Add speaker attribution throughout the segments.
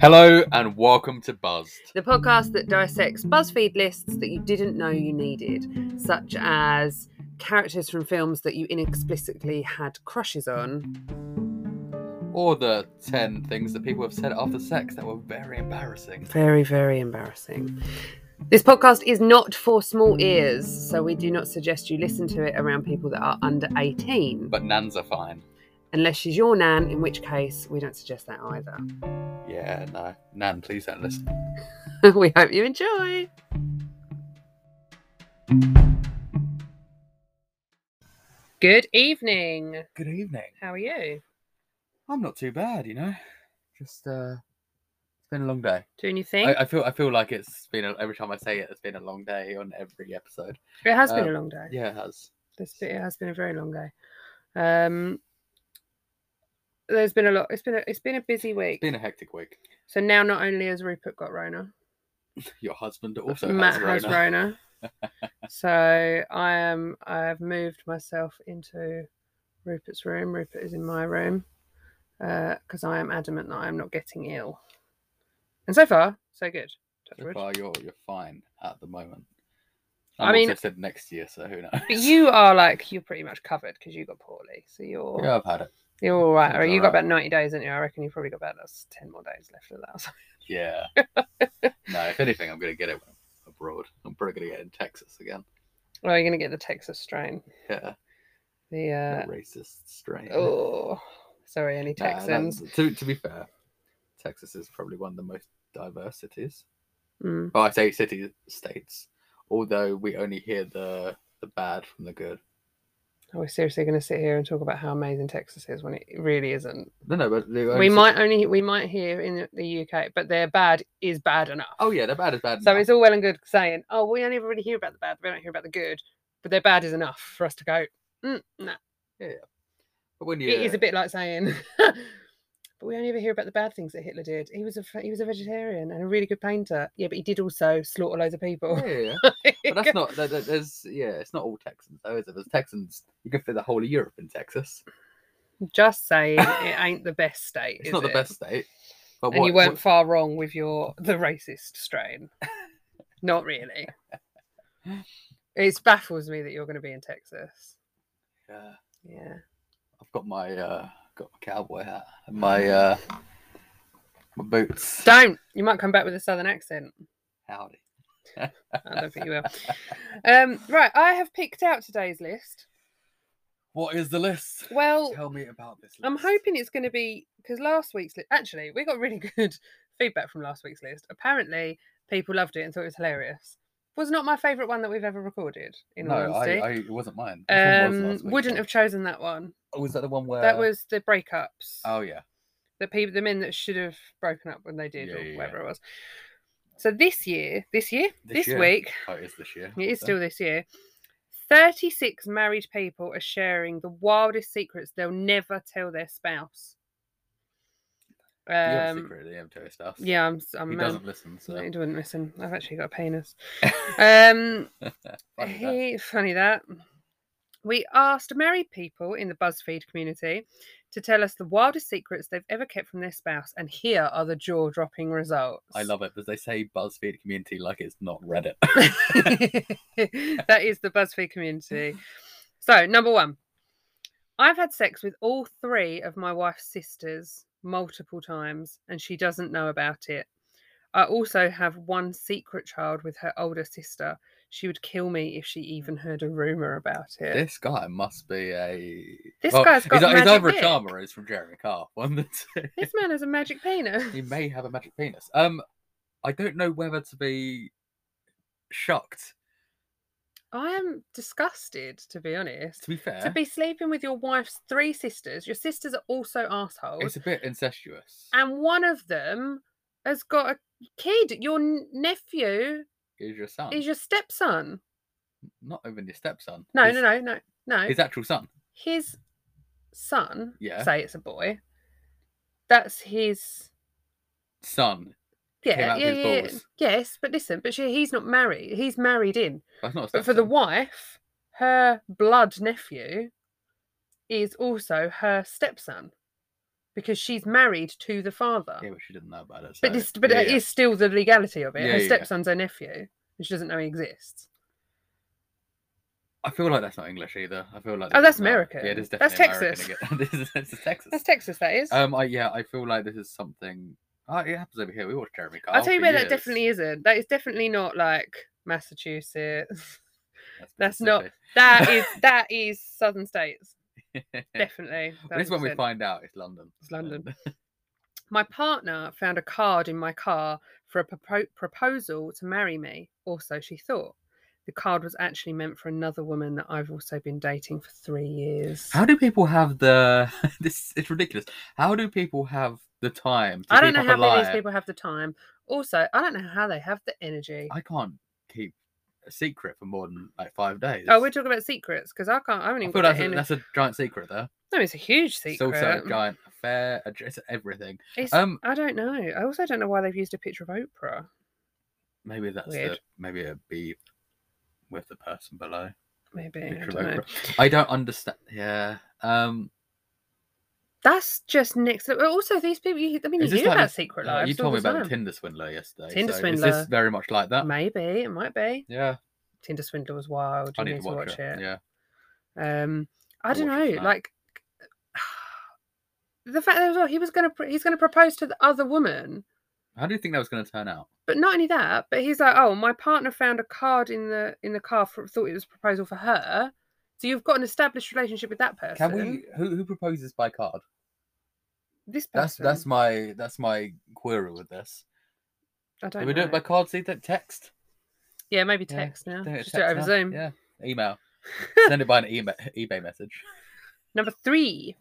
Speaker 1: Hello and welcome to Buzzed.
Speaker 2: the podcast that dissects BuzzFeed lists that you didn't know you needed, such as characters from films that you inexplicably had crushes on.
Speaker 1: Or the 10 things that people have said after sex that were very embarrassing.
Speaker 2: Very, very embarrassing. This podcast is not for small ears, so we do not suggest you listen to it around people that are under 18,
Speaker 1: But nans are fine.
Speaker 2: unless she's your nan, in which case we don't suggest that either.
Speaker 1: Yeah, no. Nan, please don't listen.
Speaker 2: we hope you enjoy. Good evening.
Speaker 1: Good evening.
Speaker 2: How are you?
Speaker 1: I'm not too bad, you know. Just, uh, it's been a long day.
Speaker 2: Doing your thing?
Speaker 1: I, I feel I feel like it's been, a, every time I say it, it's been a long day on every episode.
Speaker 2: It has been
Speaker 1: Um,
Speaker 2: a long day.
Speaker 1: Yeah, it has.
Speaker 2: This bit, it has been a very long day. Um, there's been a lot. It's been a, it's been a busy week.
Speaker 1: It's been a hectic week.
Speaker 2: So now not only has Rupert got Rona,
Speaker 1: Your husband also
Speaker 2: Matt
Speaker 1: has,
Speaker 2: has
Speaker 1: Rona.
Speaker 2: Rona. so I am. I have moved myself into Rupert's room. Rupert is in my room because I am adamant that I am not getting ill. And so far, so good. Touch
Speaker 1: So
Speaker 2: wood.
Speaker 1: far, you're, you're fine at the moment.
Speaker 2: I
Speaker 1: I'm I mean,
Speaker 2: mean-
Speaker 1: also said next year, so who knows?
Speaker 2: But you are like you're pretty much covered because you got poorly. So you're
Speaker 1: Yeah, I've had it.
Speaker 2: You're all right.
Speaker 1: It's
Speaker 2: Or you
Speaker 1: all
Speaker 2: got
Speaker 1: right.
Speaker 2: about ninety days, didn't you? I reckon you probably got about that's ten more days left of that.
Speaker 1: Yeah. no, if anything, I'm going to get it when I'm abroad. I'm probably going to get it in Texas again.
Speaker 2: Well, you're gonna get the Texas strain.
Speaker 1: Yeah.
Speaker 2: The
Speaker 1: that racist strain.
Speaker 2: uh, oh, sorry, any
Speaker 1: Nah, that-
Speaker 2: Texans.
Speaker 1: to, to be fair, Texas is probably one of the most diverse cities.
Speaker 2: Mm.
Speaker 1: Well, I say city states, although we only hear the the bad from the good.
Speaker 2: Are we seriously gonna sit here and talk about how amazing Texas is when it really isn't?
Speaker 1: No, no, but the only
Speaker 2: We
Speaker 1: city-
Speaker 2: might only we might hear in the UK, but their bad is bad enough.
Speaker 1: Oh yeah, the bad is bad.
Speaker 2: So
Speaker 1: enough.
Speaker 2: it's all well and good saying, oh, we only ever really hear about the bad, we don't hear about the good, but their bad is enough for us to go. Mm, nah.
Speaker 1: But when you
Speaker 2: it is a bit like saying but we only ever hear about the bad things that hitler did he was a fe- he was a vegetarian and a really good painter yeah but he did also slaughter loads of people
Speaker 1: Yeah, yeah, yeah. but that's not. there- there- There's yeah, it's not all Texans though, is it? There's Texans. You can fit the whole of Europe in Texas.
Speaker 2: just saying it ain't the best state
Speaker 1: It's
Speaker 2: is
Speaker 1: not the
Speaker 2: it?
Speaker 1: best state. But
Speaker 2: and
Speaker 1: what,
Speaker 2: you
Speaker 1: what-
Speaker 2: weren't far wrong with your the racist strain not really it baffles me that you're going to be in texas
Speaker 1: Yeah.
Speaker 2: yeah
Speaker 1: I've got my uh got my cowboy hat and my uh my boots.
Speaker 2: don't you might come back with a southern accent
Speaker 1: Howdy.
Speaker 2: i don't think you will um right i have picked out today's list
Speaker 1: What is the list?
Speaker 2: well
Speaker 1: Tell me about this list.
Speaker 2: I'm hoping it's going to be because last week's li- actually we got really good feedback from last week's list. Apparently, people loved it and thought it was hilarious. Was not my favourite one that we've ever recorded. In
Speaker 1: No,
Speaker 2: all
Speaker 1: I,
Speaker 2: honesty,
Speaker 1: I it wasn't mine. Which one was
Speaker 2: um,
Speaker 1: last week's
Speaker 2: wouldn't
Speaker 1: one?
Speaker 2: have chosen that one.
Speaker 1: Oh, was that the one where
Speaker 2: that was the breakups.
Speaker 1: Oh yeah.
Speaker 2: The people, the men that should have broken up when they did,
Speaker 1: Yeah,
Speaker 2: or
Speaker 1: yeah, yeah.
Speaker 2: whatever it was. So this year, this year,
Speaker 1: This
Speaker 2: this,
Speaker 1: year.
Speaker 2: week,
Speaker 1: Oh it is this year.
Speaker 2: it is
Speaker 1: So-
Speaker 2: still this year. 36 married people are sharing the wildest secrets they'll never tell their spouse.
Speaker 1: You have
Speaker 2: Um,
Speaker 1: a secret at the MTO stuff.
Speaker 2: yeah, I'm. s- I'm
Speaker 1: He
Speaker 2: um,
Speaker 1: doesn't listen, so
Speaker 2: no, he doesn't listen. I've actually got a penis. Um,
Speaker 1: Funny that.
Speaker 2: he, funny that. We asked married people in the BuzzFeed community to tell us the wildest secrets they've ever kept from their spouse, and here are the jaw-dropping results.
Speaker 1: I love it because they say BuzzFeed community like it's not Reddit.
Speaker 2: that is the BuzzFeed community. So, number one, I've had sex with all three of my wife's sisters multiple times, and she doesn't know about it. I also have one secret child with her older sister. She would kill me if she even heard a rumor about it.
Speaker 1: This guy must be a.
Speaker 2: This guy's got
Speaker 1: he's, he's
Speaker 2: magic
Speaker 1: either a
Speaker 2: dick.
Speaker 1: charmer or he's from Jeremy Carr. One of the two.
Speaker 2: This man has a magic penis.
Speaker 1: He may have a magic penis. Um, I don't know whether to be shocked.
Speaker 2: I am disgusted, to be honest.
Speaker 1: To be fair,
Speaker 2: To be sleeping with your wife's three sisters, your sisters are also assholes.
Speaker 1: it's a bit incestuous.
Speaker 2: and one of them has got a kid. Your n- nephew
Speaker 1: Is your son?
Speaker 2: is your stepson.
Speaker 1: Not even your stepson.
Speaker 2: No,
Speaker 1: his,
Speaker 2: no, no, no, no.
Speaker 1: His actual son.
Speaker 2: His son,
Speaker 1: Yeah.
Speaker 2: say it's a boy. That's his.
Speaker 1: Son.
Speaker 2: Yeah,
Speaker 1: out of
Speaker 2: yeah,
Speaker 1: his
Speaker 2: yeah.
Speaker 1: balls.
Speaker 2: Yes, but listen, but she, he's not married. He's married in.
Speaker 1: That's not. A
Speaker 2: But for the
Speaker 1: stepson.
Speaker 2: wife, her blood nephew is also her stepson. because she's married to the father.
Speaker 1: Yeah, but she didn't know about it.
Speaker 2: But
Speaker 1: so-
Speaker 2: this, but
Speaker 1: yeah,
Speaker 2: it is still the legality of it.
Speaker 1: Yeah,
Speaker 2: her
Speaker 1: yeah, yeah.
Speaker 2: stepson's her nephew, and she doesn't know he exists.
Speaker 1: I feel like that's not English either. I feel like
Speaker 2: Oh,
Speaker 1: this
Speaker 2: that's
Speaker 1: is not-
Speaker 2: American.
Speaker 1: Yeah, this is
Speaker 2: That's
Speaker 1: definitely
Speaker 2: Texas.
Speaker 1: American again. this, is, this is Texas.
Speaker 2: That's Texas. That is.
Speaker 1: Um, I, yeah, I feel like this is something. Oh, it happens over here. We watch Jeremy Kyle.
Speaker 2: I'll tell you
Speaker 1: for
Speaker 2: where that
Speaker 1: years.
Speaker 2: definitely isn't. That is definitely not like Massachusetts. that's not-
Speaker 1: Mississippi.
Speaker 2: That is that is southern states. Definitely.
Speaker 1: But this is when we
Speaker 2: 100%.
Speaker 1: find out it's London.
Speaker 2: It's London. My partner found a card in my car for a propo- proposal to marry me, or so she thought. The card was actually meant for another woman that I've also been dating for three years.
Speaker 1: How do people have the? This it's ridiculous. How do people have the time? To
Speaker 2: I don't
Speaker 1: keep
Speaker 2: know
Speaker 1: up
Speaker 2: how
Speaker 1: a
Speaker 2: many of
Speaker 1: lie?
Speaker 2: these people have the time. Also, I don't know how they have the energy.
Speaker 1: I can't keep a secret for more than like five days.
Speaker 2: Oh, we're talking about secrets because I can't. I haven't
Speaker 1: I
Speaker 2: even
Speaker 1: feel
Speaker 2: got
Speaker 1: that's
Speaker 2: the
Speaker 1: a,
Speaker 2: energy.
Speaker 1: that's a giant secret there.
Speaker 2: No, it's a huge secret.
Speaker 1: It's also a giant affair. a- It's everything.
Speaker 2: It's-
Speaker 1: Um,
Speaker 2: I don't know. I also don't know why they've used a picture of Oprah.
Speaker 1: Maybe that's the,
Speaker 2: Weird.
Speaker 1: maybe a beep with the person below.
Speaker 2: Maybe I
Speaker 1: Picture
Speaker 2: don't
Speaker 1: of
Speaker 2: know.
Speaker 1: Oprah. I don't understand. Yeah. Um.
Speaker 2: That's just next. to- Also, these people. You, I mean,
Speaker 1: Is
Speaker 2: you
Speaker 1: this
Speaker 2: hear
Speaker 1: like
Speaker 2: about
Speaker 1: this-
Speaker 2: secret
Speaker 1: uh,
Speaker 2: lives.
Speaker 1: you told
Speaker 2: all
Speaker 1: me
Speaker 2: the
Speaker 1: about the
Speaker 2: time.
Speaker 1: Tinder swindler yesterday.
Speaker 2: Tinder
Speaker 1: so Is
Speaker 2: swindler.
Speaker 1: this very much like that?
Speaker 2: Maybe it might be.
Speaker 1: Yeah.
Speaker 2: Tinder Swindle was wild.
Speaker 1: I
Speaker 2: You
Speaker 1: need to watch, it. Yeah.
Speaker 2: Um, I
Speaker 1: I'll
Speaker 2: don't
Speaker 1: watch it
Speaker 2: know.
Speaker 1: tonight.
Speaker 2: Like the fact that as well, he was gonna pr- he's gonna propose to the other woman.
Speaker 1: How do you think that was going to turn out?
Speaker 2: But not only that, but he's like, oh, my partner found a card in the in the car. For, thought it was a proposal for her. So you've got an established relationship with that person.
Speaker 1: Can we? Who who proposes by card?
Speaker 2: This
Speaker 1: That's
Speaker 2: person.
Speaker 1: that's my that's my query with this.
Speaker 2: I don't
Speaker 1: Do we
Speaker 2: know.
Speaker 1: do it by card? See that text?
Speaker 2: Yeah, maybe
Speaker 1: Yeah,
Speaker 2: text now.
Speaker 1: Do it
Speaker 2: Just do it
Speaker 1: text
Speaker 2: over
Speaker 1: now?
Speaker 2: Zoom.
Speaker 1: Yeah. Email. Send it by an email, eBay message.
Speaker 2: Number three,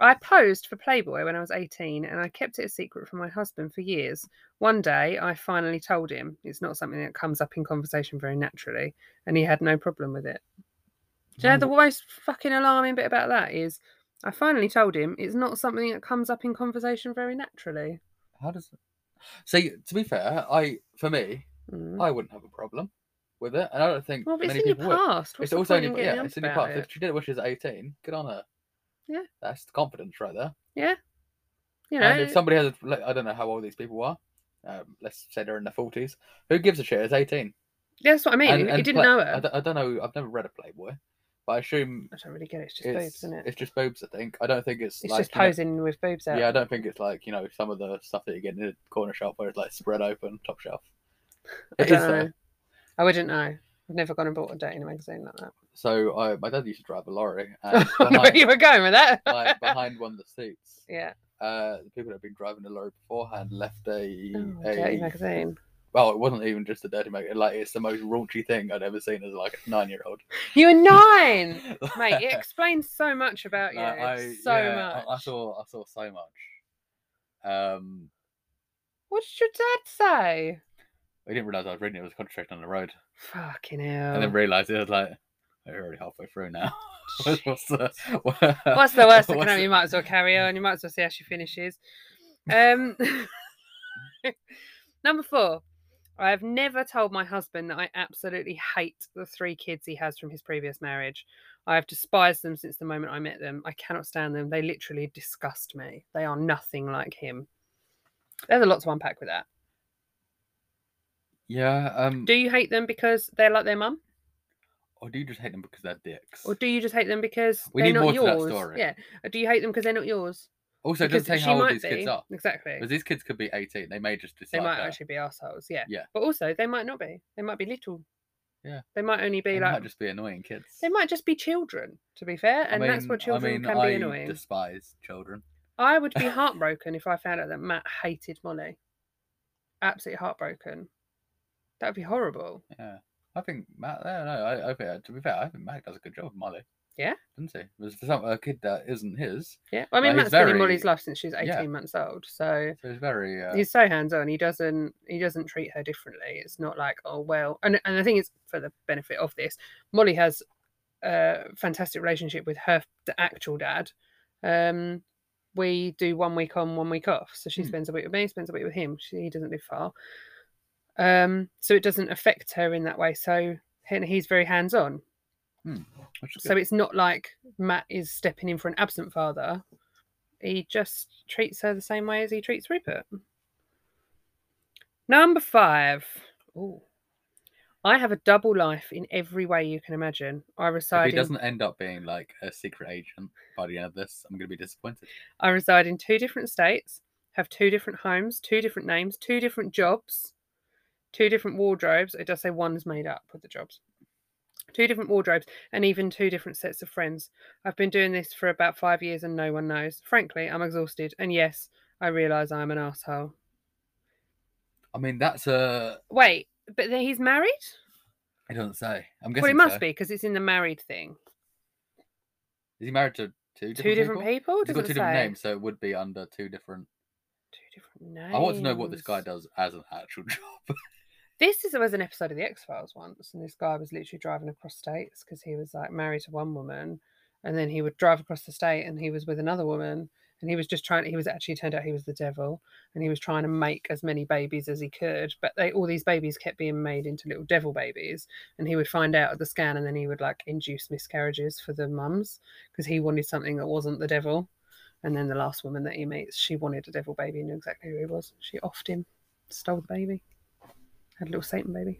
Speaker 2: I posed for Playboy when I was 18 and I kept it a secret from my husband for years. One day I finally told him. It's not something that comes up in conversation very naturally, and he had no problem with it. Do you know the
Speaker 1: Mm.
Speaker 2: most fucking alarming bit about that is I finally told him it's not something that comes up in conversation very naturally.
Speaker 1: How does? See, to be fair, I for me,
Speaker 2: Mm.
Speaker 1: I wouldn't have a problem with it, and I don't think
Speaker 2: Well, but it's
Speaker 1: many
Speaker 2: in your
Speaker 1: people would.
Speaker 2: past. What's
Speaker 1: It's
Speaker 2: the
Speaker 1: also
Speaker 2: point in
Speaker 1: only,
Speaker 2: getting
Speaker 1: yeah,
Speaker 2: up
Speaker 1: it's in your
Speaker 2: about
Speaker 1: past.
Speaker 2: it?
Speaker 1: If she did it when she was eighteen, good on her.
Speaker 2: Yeah.
Speaker 1: that's the confidence right there.
Speaker 2: You know,
Speaker 1: And if somebody has, a, like, I don't know how old these people are. Um, let's say they're in their forties. Who gives a shit? It's eighteen.
Speaker 2: yeah, that's what I mean.
Speaker 1: And-
Speaker 2: he
Speaker 1: and
Speaker 2: didn't
Speaker 1: Play-
Speaker 2: know
Speaker 1: I
Speaker 2: her.
Speaker 1: don't, I don't know. I've never read a Playboy, but I assume
Speaker 2: I don't really get it. It's just
Speaker 1: it's
Speaker 2: boobs, isn't it? It's,
Speaker 1: it's just boobs. I think. I don't think it's, like
Speaker 2: just
Speaker 1: you know-
Speaker 2: posing with boobs out.
Speaker 1: yeah, I don't think it's like you know some of the stuff that you get in a corner shop where it's like spread open, top shelf.
Speaker 2: I
Speaker 1: It is
Speaker 2: don't
Speaker 1: though.
Speaker 2: know. I wouldn't know. I've never gone and bought a date in a magazine like that.
Speaker 1: So I, my dad used to drive a lorry,
Speaker 2: I
Speaker 1: and
Speaker 2: don't know where
Speaker 1: behind,
Speaker 2: you were going with that.
Speaker 1: like, behind one of the seats,
Speaker 2: yeah.
Speaker 1: uh, the people that had been driving the lorry beforehand left a,
Speaker 2: Oh, dirty
Speaker 1: a
Speaker 2: magazine.
Speaker 1: well, it wasn't even just a dirty mag. Like it's the most raunchy thing I'd ever seen as like a nine year old.
Speaker 2: You were nine. Mate, it explains so much about you. so much.
Speaker 1: I, I saw, I saw so much. Um,
Speaker 2: What did your dad say?
Speaker 1: I didn't realize I was reading it. I was concentrating on the road,
Speaker 2: Fucking hell.
Speaker 1: and then realized it I was like, we're already halfway through now. what's, what's the
Speaker 2: What's the worst that
Speaker 1: what's
Speaker 2: can happen?
Speaker 1: the-
Speaker 2: You might as well carry on. You might as well see how she finishes. Um, number four. I have never told my husband that I absolutely hate the three kids he has from his previous marriage. I have despised them since the moment I met them. I cannot stand them. They literally disgust me. They are nothing like him. There's a lot to unpack with that.
Speaker 1: Yeah. Um.
Speaker 2: Do you hate them because they're like their mum?
Speaker 1: or do you just hate them because they're dicks?
Speaker 2: Or do you just hate them because
Speaker 1: We
Speaker 2: they're
Speaker 1: need
Speaker 2: not
Speaker 1: more to that
Speaker 2: yours?
Speaker 1: story.
Speaker 2: Yeah. Or do you hate them because they're not yours?
Speaker 1: Also, it
Speaker 2: because
Speaker 1: doesn't say
Speaker 2: she
Speaker 1: how old
Speaker 2: might
Speaker 1: these kids
Speaker 2: be.
Speaker 1: are.
Speaker 2: Exactly.
Speaker 1: Because these kids could be 18. They may just
Speaker 2: they
Speaker 1: decide.
Speaker 2: might
Speaker 1: that.
Speaker 2: actually be assholes, yeah.
Speaker 1: Yeah.
Speaker 2: But also they might not be. They might be little.
Speaker 1: Yeah.
Speaker 2: They might only be
Speaker 1: They
Speaker 2: like
Speaker 1: might just be annoying kids.
Speaker 2: they might just be children, to be fair.
Speaker 1: I
Speaker 2: And that's
Speaker 1: mean-
Speaker 2: what
Speaker 1: I
Speaker 2: children
Speaker 1: mean,
Speaker 2: can
Speaker 1: I
Speaker 2: be annoying.
Speaker 1: despise children.
Speaker 2: I would be heartbroken if I found out that Matt hated Molly. Absolutely heartbroken. That would be horrible.
Speaker 1: Yeah. I think Matt, I don't know. I, I think, to be fair, I think Matt does a good job, Molly.
Speaker 2: Yeah?
Speaker 1: Doesn't he? Because for some, a kid that isn't his,
Speaker 2: Yeah. Well, I
Speaker 1: Like,
Speaker 2: mean Matt's
Speaker 1: he's
Speaker 2: been in Molly's
Speaker 1: very-
Speaker 2: life since she was eighteen
Speaker 1: yeah.
Speaker 2: months old. So
Speaker 1: so he's very. Uh,
Speaker 2: he's so hands on. He doesn't he doesn't treat her differently. It's not like oh well, and and I think it's for the benefit of this. Molly has a fantastic relationship with her the actual dad. Um, we do one week on, one week off. So she
Speaker 1: Hmm.
Speaker 2: spends a week with me, spends a week with him. She he doesn't live far, um, so it doesn't affect her in that way. So and he's very hands on.
Speaker 1: which is
Speaker 2: So
Speaker 1: good.
Speaker 2: it's not like Matt is stepping in for an absent father. he just treats her the same way as he treats Rupert. Number five. Ooh. I have a double life in every way you can imagine. I
Speaker 1: If
Speaker 2: reside
Speaker 1: he
Speaker 2: in
Speaker 1: doesn't end up being like a secret agent by the end of this, I'm going to be disappointed.
Speaker 2: I reside in two different states, have two different homes, two different names, two different jobs, two different wardrobes. It does say one's made up with the jobs. Two different wardrobes and even two different sets of friends. I've been doing this for about five years and no one knows. Frankly, I'm exhausted. And yes, I realise I'm an asshole.
Speaker 1: I mean, that's a.
Speaker 2: Wait, but then he's married?
Speaker 1: It doesn't say. I'm guessing.
Speaker 2: Well, he must
Speaker 1: so.
Speaker 2: be because it's in the married thing.
Speaker 1: Is he married to two different
Speaker 2: two different
Speaker 1: people?
Speaker 2: people?
Speaker 1: He's got two
Speaker 2: Doesn't
Speaker 1: different
Speaker 2: say.
Speaker 1: names, so it would be under two different.
Speaker 2: Two different names.
Speaker 1: I want to know what this guy does as an actual job.
Speaker 2: This is was an episode of the X Files once, and this guy was literally driving across states because he was like married to one woman, and then he would drive across the state and he was with another woman, and he was just trying. He was actually it turned out he was the devil, and he was trying to make as many babies as he could, but they all these babies kept being made into little devil babies, and he would find out at the scan, and then he would like induce miscarriages for the mums because he wanted something that wasn't the devil, and then the last woman that he meets, she wanted a devil baby, and knew exactly who he was. She offed him, stole the baby had a little Satan baby.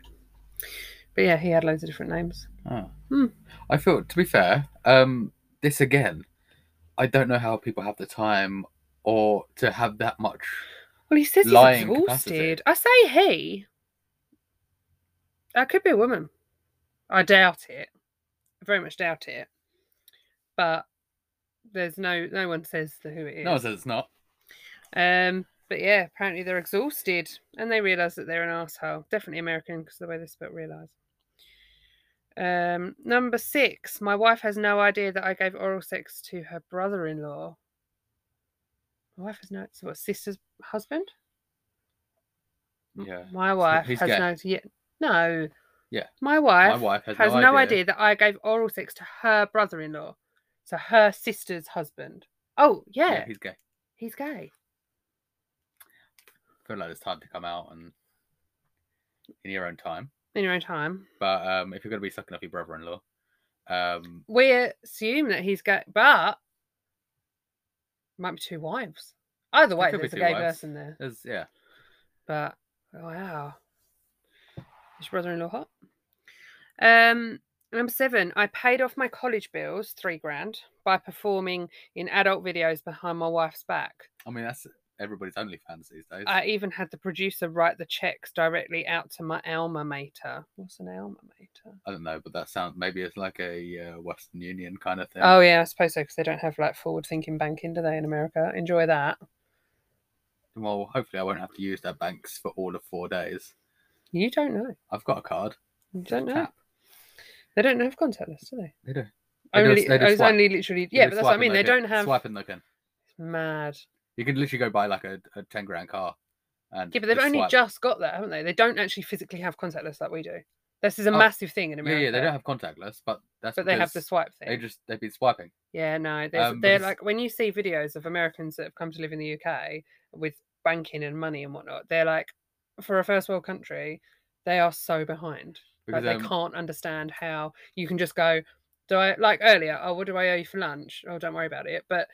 Speaker 2: But yeah, he had loads of different names.
Speaker 1: Oh.
Speaker 2: Hmm.
Speaker 1: I feel, to be fair, um, this again, I don't know how people have the time or to have that much.
Speaker 2: Well, he says
Speaker 1: Lying
Speaker 2: he's
Speaker 1: capacity.
Speaker 2: exhausted. I say he. That could be a woman. I doubt it. I very much doubt it. But there's no no one says the who it is.
Speaker 1: No one says it's not.
Speaker 2: Um, but yeah, apparently they're exhausted and they realise that they're an asshole. Definitely American because the way they spelt realise. Um, number six, my wife has no idea that I gave oral sex to her brother-in-law. My wife has no. It's what sister's husband. M-
Speaker 1: Yeah.
Speaker 2: My wife
Speaker 1: he's
Speaker 2: has
Speaker 1: gay.
Speaker 2: no. Yeah, no.
Speaker 1: Yeah.
Speaker 2: My wife.
Speaker 1: My wife has,
Speaker 2: has, no, idea. that I gave oral sex to her brother-in-law, so her sister's husband. Oh
Speaker 1: Yeah.
Speaker 2: yeah.
Speaker 1: he's gay. I
Speaker 2: he's gay.
Speaker 1: feel like it's time to come out and in your own time.
Speaker 2: In your own time.
Speaker 1: But um, if you're going to be sucking off your brother-in-law, um,
Speaker 2: we assume that he's gay, but might be two wives. Either way,
Speaker 1: could be
Speaker 2: there's a
Speaker 1: two
Speaker 2: gay
Speaker 1: wives.
Speaker 2: person there.
Speaker 1: there's yeah,
Speaker 2: But wow, is your brother-in-law hot? Um, number seven. I paid off my college bills, three grand, by performing in adult videos behind my wife's back.
Speaker 1: I mean that's everybody's OnlyFans these days.
Speaker 2: I even had the producer write the checks directly out to my alma mater. What's an alma mater?
Speaker 1: I don't know, but that sounds maybe it's like a uh, Western Union kind of thing.
Speaker 2: Oh yeah, I suppose so because they don't have like forward-thinking banking, do they, in America? Enjoy that.
Speaker 1: Well, hopefully I won't have to use their banks for all of four days.
Speaker 2: You don't know.
Speaker 1: I've got a card.
Speaker 2: You
Speaker 1: Just
Speaker 2: don't know.
Speaker 1: tap.
Speaker 2: They don't have contactless, do they?
Speaker 1: They do. They do a-
Speaker 2: Only,
Speaker 1: they do
Speaker 2: it's
Speaker 1: swipe.
Speaker 2: only literally,
Speaker 1: You
Speaker 2: yeah,
Speaker 1: do
Speaker 2: but
Speaker 1: swipe
Speaker 2: that's what I
Speaker 1: and
Speaker 2: mean. They
Speaker 1: look in-
Speaker 2: don't have
Speaker 1: swipe and look in.
Speaker 2: mad.
Speaker 1: You can literally go buy like a, a ten grand car. And
Speaker 2: Yeah, but they've
Speaker 1: just
Speaker 2: only
Speaker 1: swipe.
Speaker 2: just got that, haven't they? They don't actually physically have contactless like we do. This is a
Speaker 1: Oh,
Speaker 2: massive thing in
Speaker 1: yeah,
Speaker 2: America.
Speaker 1: yeah, they don't have contactless, but that's
Speaker 2: but they have the
Speaker 1: because
Speaker 2: swipe
Speaker 1: They
Speaker 2: thing.
Speaker 1: just they've been swiping.
Speaker 2: Yeah, no, there's,
Speaker 1: Um,
Speaker 2: they're
Speaker 1: because-
Speaker 2: like when you see videos of Americans that have come to live in the UK with banking and money and whatnot, they're like, for a first world country, they are so behind.
Speaker 1: Because
Speaker 2: like
Speaker 1: um,
Speaker 2: they can't understand how you can just go, do I like earlier? Oh, what do I owe you for lunch? Oh, don't worry about it. But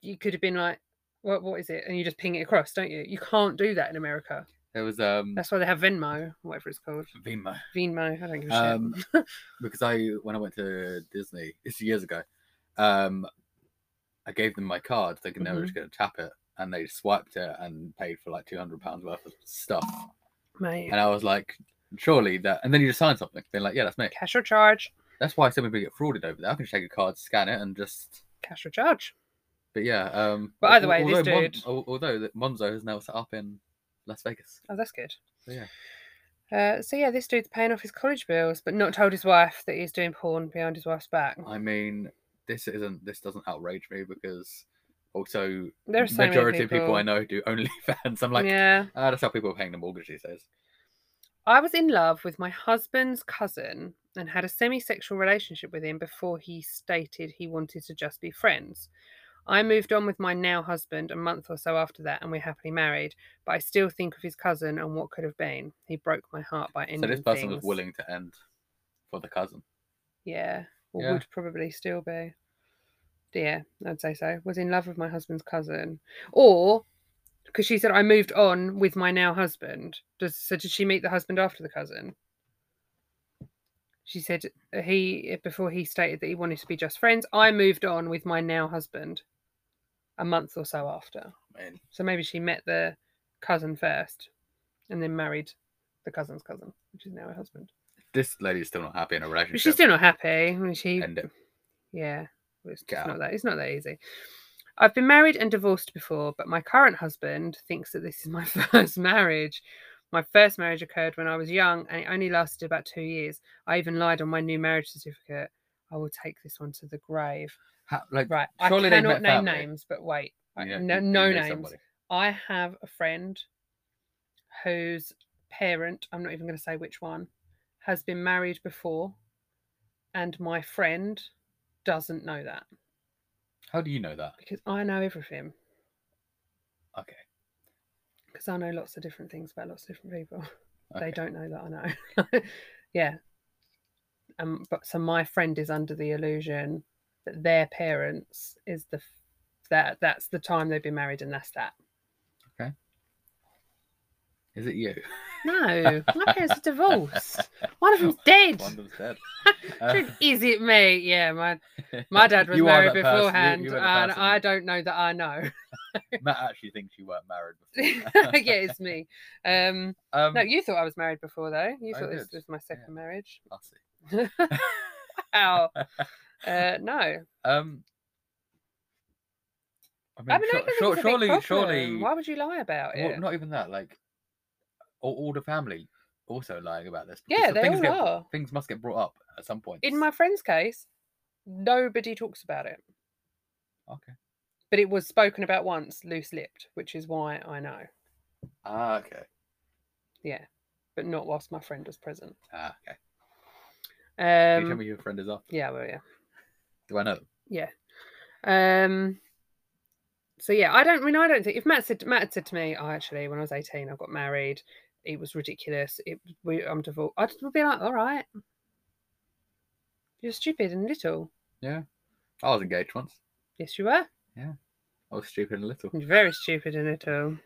Speaker 2: you could have been like, what what is it? And you just ping it across, don't you? You can't do that in America.
Speaker 1: there was um
Speaker 2: That's why they have Venmo, whatever it's called.
Speaker 1: Venmo.
Speaker 2: Venmo. I don't give a
Speaker 1: Um,
Speaker 2: shit.
Speaker 1: because I when I went to Disney, it's years ago, um, I gave them my card thinking
Speaker 2: Mm-hmm.
Speaker 1: they were just going to tap it, and they swiped it and paid for like two hundred pounds worth of stuff,
Speaker 2: Mate.
Speaker 1: and I was like, surely that, and then you just sign something, they're like, yeah, that's me.
Speaker 2: Cash or charge?
Speaker 1: That's why so many people get frauded over there. I can just take a card, scan it, and just.
Speaker 2: Cash or charge.
Speaker 1: But yeah, um.
Speaker 2: But
Speaker 1: al-
Speaker 2: either way, this
Speaker 1: although Mon-
Speaker 2: dude-
Speaker 1: al- although that Monzo is now set up in Las Vegas.
Speaker 2: Oh, that's good.
Speaker 1: Yeah.
Speaker 2: Uh, so yeah, this dude's paying off his college bills, but not told his wife that he's doing porn behind his wife's back.
Speaker 1: I mean, this isn't this doesn't outrage me because also
Speaker 2: There are so
Speaker 1: majority
Speaker 2: many
Speaker 1: of people I know do OnlyFans. I'm like,
Speaker 2: yeah,
Speaker 1: ah, that's how people are paying the mortgage these days.
Speaker 2: I was in love with my husband's cousin and had a semi-sexual relationship with him before he stated he wanted to just be friends. I moved on with my now husband a month or so after that, and we're happily married. But I still think of his cousin and what could have been. He broke my heart by ending.
Speaker 1: so this person was
Speaker 2: things.
Speaker 1: willing to end for the cousin.
Speaker 2: Yeah, or
Speaker 1: Yeah.
Speaker 2: would probably still be. yeah, I'd say so. Was in love with my husband's cousin, or because she said I moved on with my now husband. Does so? Did she meet the husband after the cousin? She said uh, he before he stated that he wanted to be just friends. I moved on with my now husband a month or so after.
Speaker 1: Man,
Speaker 2: So maybe she met the cousin first, and then married the cousin's cousin, which is now her husband.
Speaker 1: this lady's still not happy in a
Speaker 2: But
Speaker 1: relationship.
Speaker 2: she's still not happy. I mean, she
Speaker 1: End it.
Speaker 2: yeah, it's
Speaker 1: Get
Speaker 2: just
Speaker 1: out.
Speaker 2: not that. It's not that easy. I've been married and divorced before, but my current husband thinks that this is my first marriage. My first marriage occurred when I was young, and it only lasted about two years. I even lied on my new marriage certificate. I will take this one to the grave.
Speaker 1: Ha- like,
Speaker 2: Right, I
Speaker 1: surely they've met
Speaker 2: cannot name
Speaker 1: family.
Speaker 2: names, but wait, I-
Speaker 1: yeah,
Speaker 2: no,
Speaker 1: you- you
Speaker 2: no
Speaker 1: know
Speaker 2: names.
Speaker 1: somebody.
Speaker 2: I have a friend whose parent, I'm not even going to say which one, has been married before, and my friend doesn't know that
Speaker 1: How do you know that?
Speaker 2: because I know everything.
Speaker 1: Okay.
Speaker 2: Because I know lots of different things about lots of different people.
Speaker 1: okay.
Speaker 2: They don't know that I know. yeah. Um, but so my friend is under the illusion that their parents is the f- that that's the time they've been married and that's that.
Speaker 1: Is it you?
Speaker 2: No, my parents are divorced. One of them's dead.
Speaker 1: One of them's dead.
Speaker 2: Dude,
Speaker 1: Uh,
Speaker 2: is it me? Yeah, my my dad was
Speaker 1: you are
Speaker 2: married
Speaker 1: that person. You-
Speaker 2: beforehand,
Speaker 1: you were the
Speaker 2: and
Speaker 1: person.
Speaker 2: I don't know that I know.
Speaker 1: Matt actually thinks you weren't married
Speaker 2: yeah,
Speaker 1: before.
Speaker 2: it's me. Um,
Speaker 1: Um,
Speaker 2: no, you thought I was married before, though. You
Speaker 1: I
Speaker 2: thought this
Speaker 1: did,
Speaker 2: was my second marriage.
Speaker 1: I'll see.
Speaker 2: Wow. Oh, Uh, no,
Speaker 1: Um, I mean,
Speaker 2: I
Speaker 1: sure-
Speaker 2: mean, I don't
Speaker 1: sure-
Speaker 2: think it's a big
Speaker 1: surely,
Speaker 2: problem.
Speaker 1: surely,
Speaker 2: Why would you lie about
Speaker 1: well,
Speaker 2: it?
Speaker 1: not even that. Like, all, all the family also lying about this. because
Speaker 2: yeah,
Speaker 1: the
Speaker 2: they
Speaker 1: things
Speaker 2: all
Speaker 1: get-
Speaker 2: are.
Speaker 1: Things must get brought up at some point.
Speaker 2: In my friend's case, nobody talks about it,
Speaker 1: okay.
Speaker 2: but it was spoken about once, loose-lipped, which is why I know.
Speaker 1: Ah, okay.
Speaker 2: Yeah, but not whilst my friend was present.
Speaker 1: Ah, okay. Can you tell
Speaker 2: Um,
Speaker 1: me who your friend is after?
Speaker 2: yeah, well, yeah.
Speaker 1: Do I know? them?
Speaker 2: Um. So yeah, I don't I mean. I don't think if Matt said Matt had said to me, I actually when I was eighteen, I got married. It was ridiculous. It we I'm divorced. I'd just be like, all right, you're stupid and little.
Speaker 1: I was engaged once.
Speaker 2: Yes, you were.
Speaker 1: I was stupid and little.
Speaker 2: You're very stupid and little.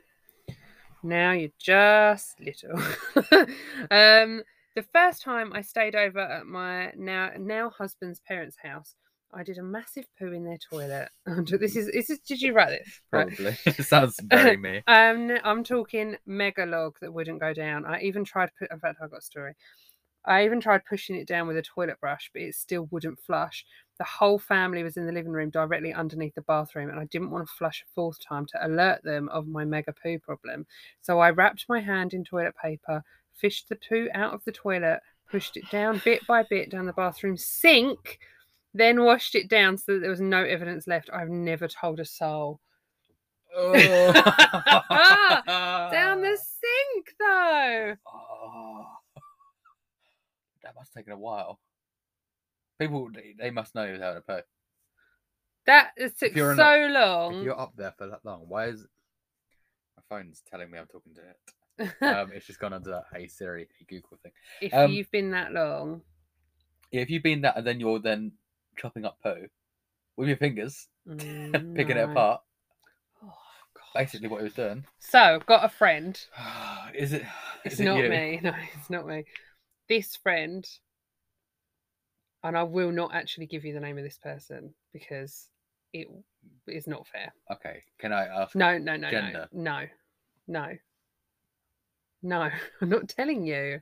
Speaker 2: Now you're just little. um, the first time I stayed over at my now now husband's parents' house, I did a massive poo in their toilet. this is is this, did you write this? Right.
Speaker 1: Probably. it sounds very me.
Speaker 2: Um, n- I'm talking mega log that wouldn't go down. I even tried. Pu- in fact, I've got a story. I even tried pushing it down with a toilet brush, but it still wouldn't flush. The whole family was in the living room directly underneath the bathroom, and I didn't want to flush a fourth time to alert them of my mega poo problem. So I wrapped my hand in toilet paper, fished the poo out of the toilet, pushed it down bit by bit down the bathroom sink, then washed it down so that there was no evidence left. I've never told a soul. Ah, down
Speaker 1: Uh,
Speaker 2: the sink though.
Speaker 1: Oh, that must have taken a while. People, they, they must know without a poo.
Speaker 2: That it took
Speaker 1: you're in a-
Speaker 2: so
Speaker 1: If
Speaker 2: long.
Speaker 1: you're up there for that long, why is my phone's telling me I'm talking to it? Um, it's just gone under that Hey Siri, Hey Google thing.
Speaker 2: if
Speaker 1: um,
Speaker 2: you've been that long,
Speaker 1: Yeah, if you've been that and then you're then chopping up poo with your fingers,
Speaker 2: Mm,
Speaker 1: picking it
Speaker 2: no.
Speaker 1: apart,
Speaker 2: Oh, God.
Speaker 1: basically what he was doing.
Speaker 2: So, I've got a friend.
Speaker 1: is it?
Speaker 2: It's
Speaker 1: is it
Speaker 2: not
Speaker 1: you?
Speaker 2: me. No, it's not me. This friend, and I will not actually give you the name of this person because it is not fair.
Speaker 1: Okay, can I ask?
Speaker 2: No, no, no,
Speaker 1: Gender.
Speaker 2: no, no, no, no. I'm not telling you.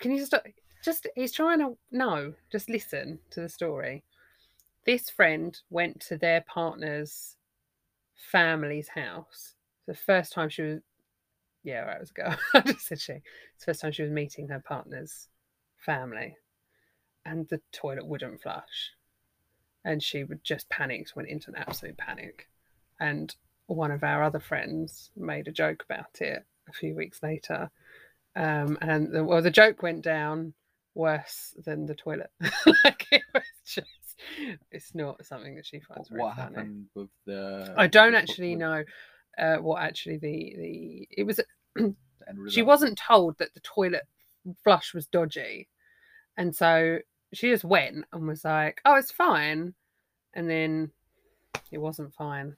Speaker 2: Can you stop? Just he's trying to no. Just listen to the story. This friend went to their partner's family's house. The first time she was, yeah, all right, it was a girl. I just said she. It's the first time she was meeting her partner's family, and the toilet wouldn't flush, and she would just panicked, went into an absolute panic, and one of our other friends made a joke about it a few weeks later. Um, and the, well, the joke went down worse than the toilet. like it was just, it's not something that she finds
Speaker 1: What,
Speaker 2: very
Speaker 1: what
Speaker 2: funny.
Speaker 1: happened with the?
Speaker 2: I don't
Speaker 1: with-
Speaker 2: actually
Speaker 1: with
Speaker 2: know uh, what actually the the it was.
Speaker 1: the end
Speaker 2: She
Speaker 1: result?
Speaker 2: wasn't told that the toilet flush was dodgy, and so she just went and was like, "Oh, it's fine," and then it wasn't fine.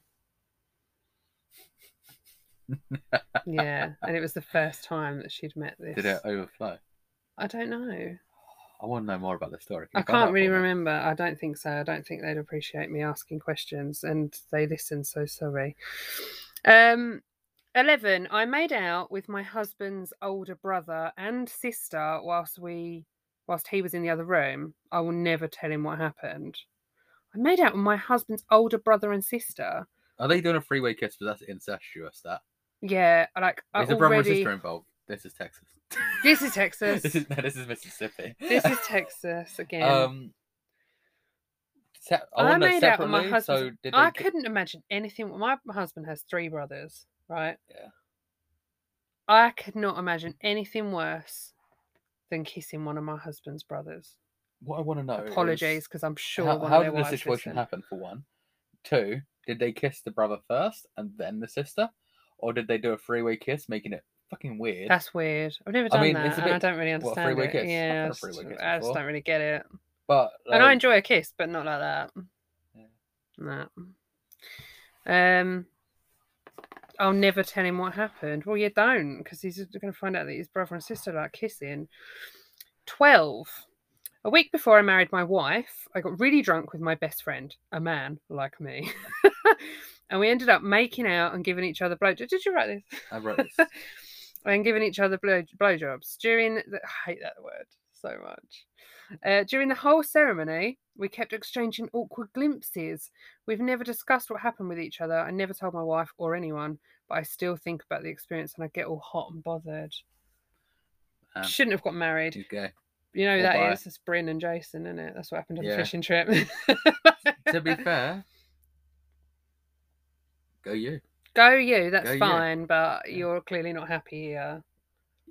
Speaker 2: yeah, and it was the first time that she'd met this.
Speaker 1: Did it overflow?
Speaker 2: I don't know.
Speaker 1: I want to know more about the story. Can
Speaker 2: I
Speaker 1: you find out
Speaker 2: can't really
Speaker 1: for me?
Speaker 2: remember. I don't think so. I don't think they'd appreciate me asking questions, and they listen. So sorry. Um, eleven. I made out with my husband's older brother and sister whilst we, whilst he was in the other room. I will never tell him what happened. I made out with my husband's older brother and sister.
Speaker 1: Are they doing a freeway kiss? But that's incestuous. That
Speaker 2: Yeah, like I
Speaker 1: is a brother and
Speaker 2: Uh, already.
Speaker 1: sister involved. This is Texas.
Speaker 2: This is Texas.
Speaker 1: this is no, this is Mississippi.
Speaker 2: This is Texas again.
Speaker 1: Um, se- I,
Speaker 2: I
Speaker 1: want to know
Speaker 2: made out with my
Speaker 1: separately.
Speaker 2: husband.
Speaker 1: So did
Speaker 2: I
Speaker 1: they-
Speaker 2: couldn't imagine anything. My husband has three brothers, right?
Speaker 1: Yeah.
Speaker 2: I could not imagine anything worse than kissing one of my husband's brothers.
Speaker 1: What I want to know. is,
Speaker 2: Apologies, because I'm sure
Speaker 1: Oh, how,
Speaker 2: one
Speaker 1: how
Speaker 2: of their
Speaker 1: did the
Speaker 2: wives
Speaker 1: situation
Speaker 2: listen.
Speaker 1: happen? For one, two, did they kiss the brother first and then the sister, or did they do a three-way kiss, making it fucking weird?
Speaker 2: That's weird. I've never done
Speaker 1: mean,
Speaker 2: that,
Speaker 1: it's a
Speaker 2: and I
Speaker 1: bit-
Speaker 2: don't really
Speaker 1: what, a
Speaker 2: understand
Speaker 1: three-way
Speaker 2: it.
Speaker 1: kiss? I've
Speaker 2: Yeah,
Speaker 1: done a
Speaker 2: I just-
Speaker 1: three-way kiss
Speaker 2: I just
Speaker 1: before.
Speaker 2: don't really get it.
Speaker 1: But
Speaker 2: and I
Speaker 1: like,
Speaker 2: enjoy a kiss, but not like that. No. Um, I'll never tell him what happened. Well, you don't, because he's going to find out that his brother and sister like kissing. Twelve. A week before I married my wife, I got really drunk with my best friend, a man like me, and we ended up making out and giving each other blow. Did you write this?
Speaker 1: I wrote this.
Speaker 2: and giving each other blow blowjobs during the I hate that word so much. Uh, during the whole ceremony, we kept exchanging awkward glimpses. We've never discussed what happened with each other. I never told my wife or anyone, but I still think about the experience and I get all hot and bothered.
Speaker 1: Um,
Speaker 2: Shouldn't have got married.
Speaker 1: She's gay.
Speaker 2: You know who
Speaker 1: or
Speaker 2: that
Speaker 1: bi.
Speaker 2: is? It's Bryn and Jason, isn't it? That's what happened on
Speaker 1: Yeah.
Speaker 2: the fishing trip.
Speaker 1: to be fair, go you.
Speaker 2: Go you, that's
Speaker 1: Go you.
Speaker 2: fine, but
Speaker 1: Yeah.
Speaker 2: you're clearly not happy here.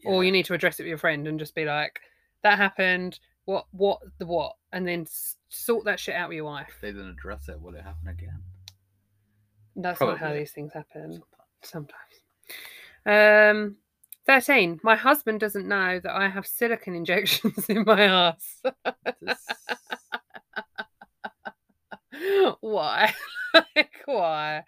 Speaker 2: or
Speaker 1: Yeah.
Speaker 2: you need to address it with your friend and just be like, "That happened. What? What? The what?" And then s- sort that shit out with your wife.
Speaker 1: If they didn't address it, will it happen again?
Speaker 2: That's not how
Speaker 1: Probably.
Speaker 2: these things happen
Speaker 1: Sometimes.
Speaker 2: sometimes. Um, thirteen. My husband doesn't know that I have silicon injections in my ass.
Speaker 1: It's-
Speaker 2: why? like, why?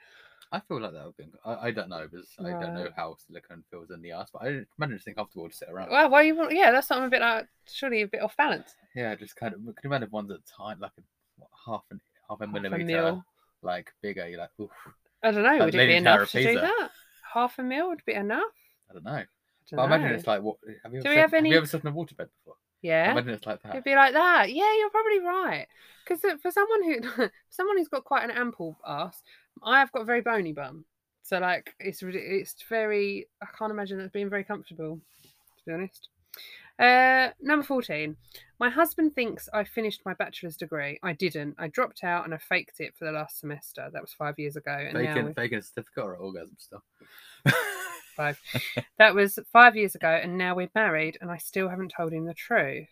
Speaker 1: I feel like that would be. inc- I, I don't know because I
Speaker 2: Right.
Speaker 1: don't know how silicone feels in the ass, but I imagine it's uncomfortable to sit around.
Speaker 2: Well, why you? want- Yeah, that's something a bit like surely a bit off balance.
Speaker 1: Yeah, just kind of. Can you imagine ones at a time, like a, what, half an half a
Speaker 2: Half a
Speaker 1: millimeter,
Speaker 2: mil.
Speaker 1: like bigger? You're like, oof,
Speaker 2: I don't know.
Speaker 1: Like
Speaker 2: Would it be
Speaker 1: Lady Tara
Speaker 2: enough to do
Speaker 1: Pisa.
Speaker 2: that? Half a meal would be enough.
Speaker 1: I don't know.
Speaker 2: I
Speaker 1: But I
Speaker 2: don't
Speaker 1: imagine
Speaker 2: know.
Speaker 1: it's like what? Have you, ever,
Speaker 2: Do we
Speaker 1: sat-
Speaker 2: have any-
Speaker 1: you ever sat in a waterbed before? I
Speaker 2: yeah.
Speaker 1: imagine it's like that.
Speaker 2: It'd be like that. Yeah, you're probably right. Because for someone who, someone who's got quite an ample ass, I have got a very bony bum. So like, it's really- it's very. I can't imagine that being very comfortable, to be honest. Uh, number fourteen. My husband thinks I finished my bachelor's degree. I didn't. I dropped out and I faked it for the last semester. That was five years ago, and now
Speaker 1: Faking,
Speaker 2: we're
Speaker 1: faking a certificate or orgasm stuff.
Speaker 2: five. that was five years ago, and now we're married, and I still haven't told him the truth.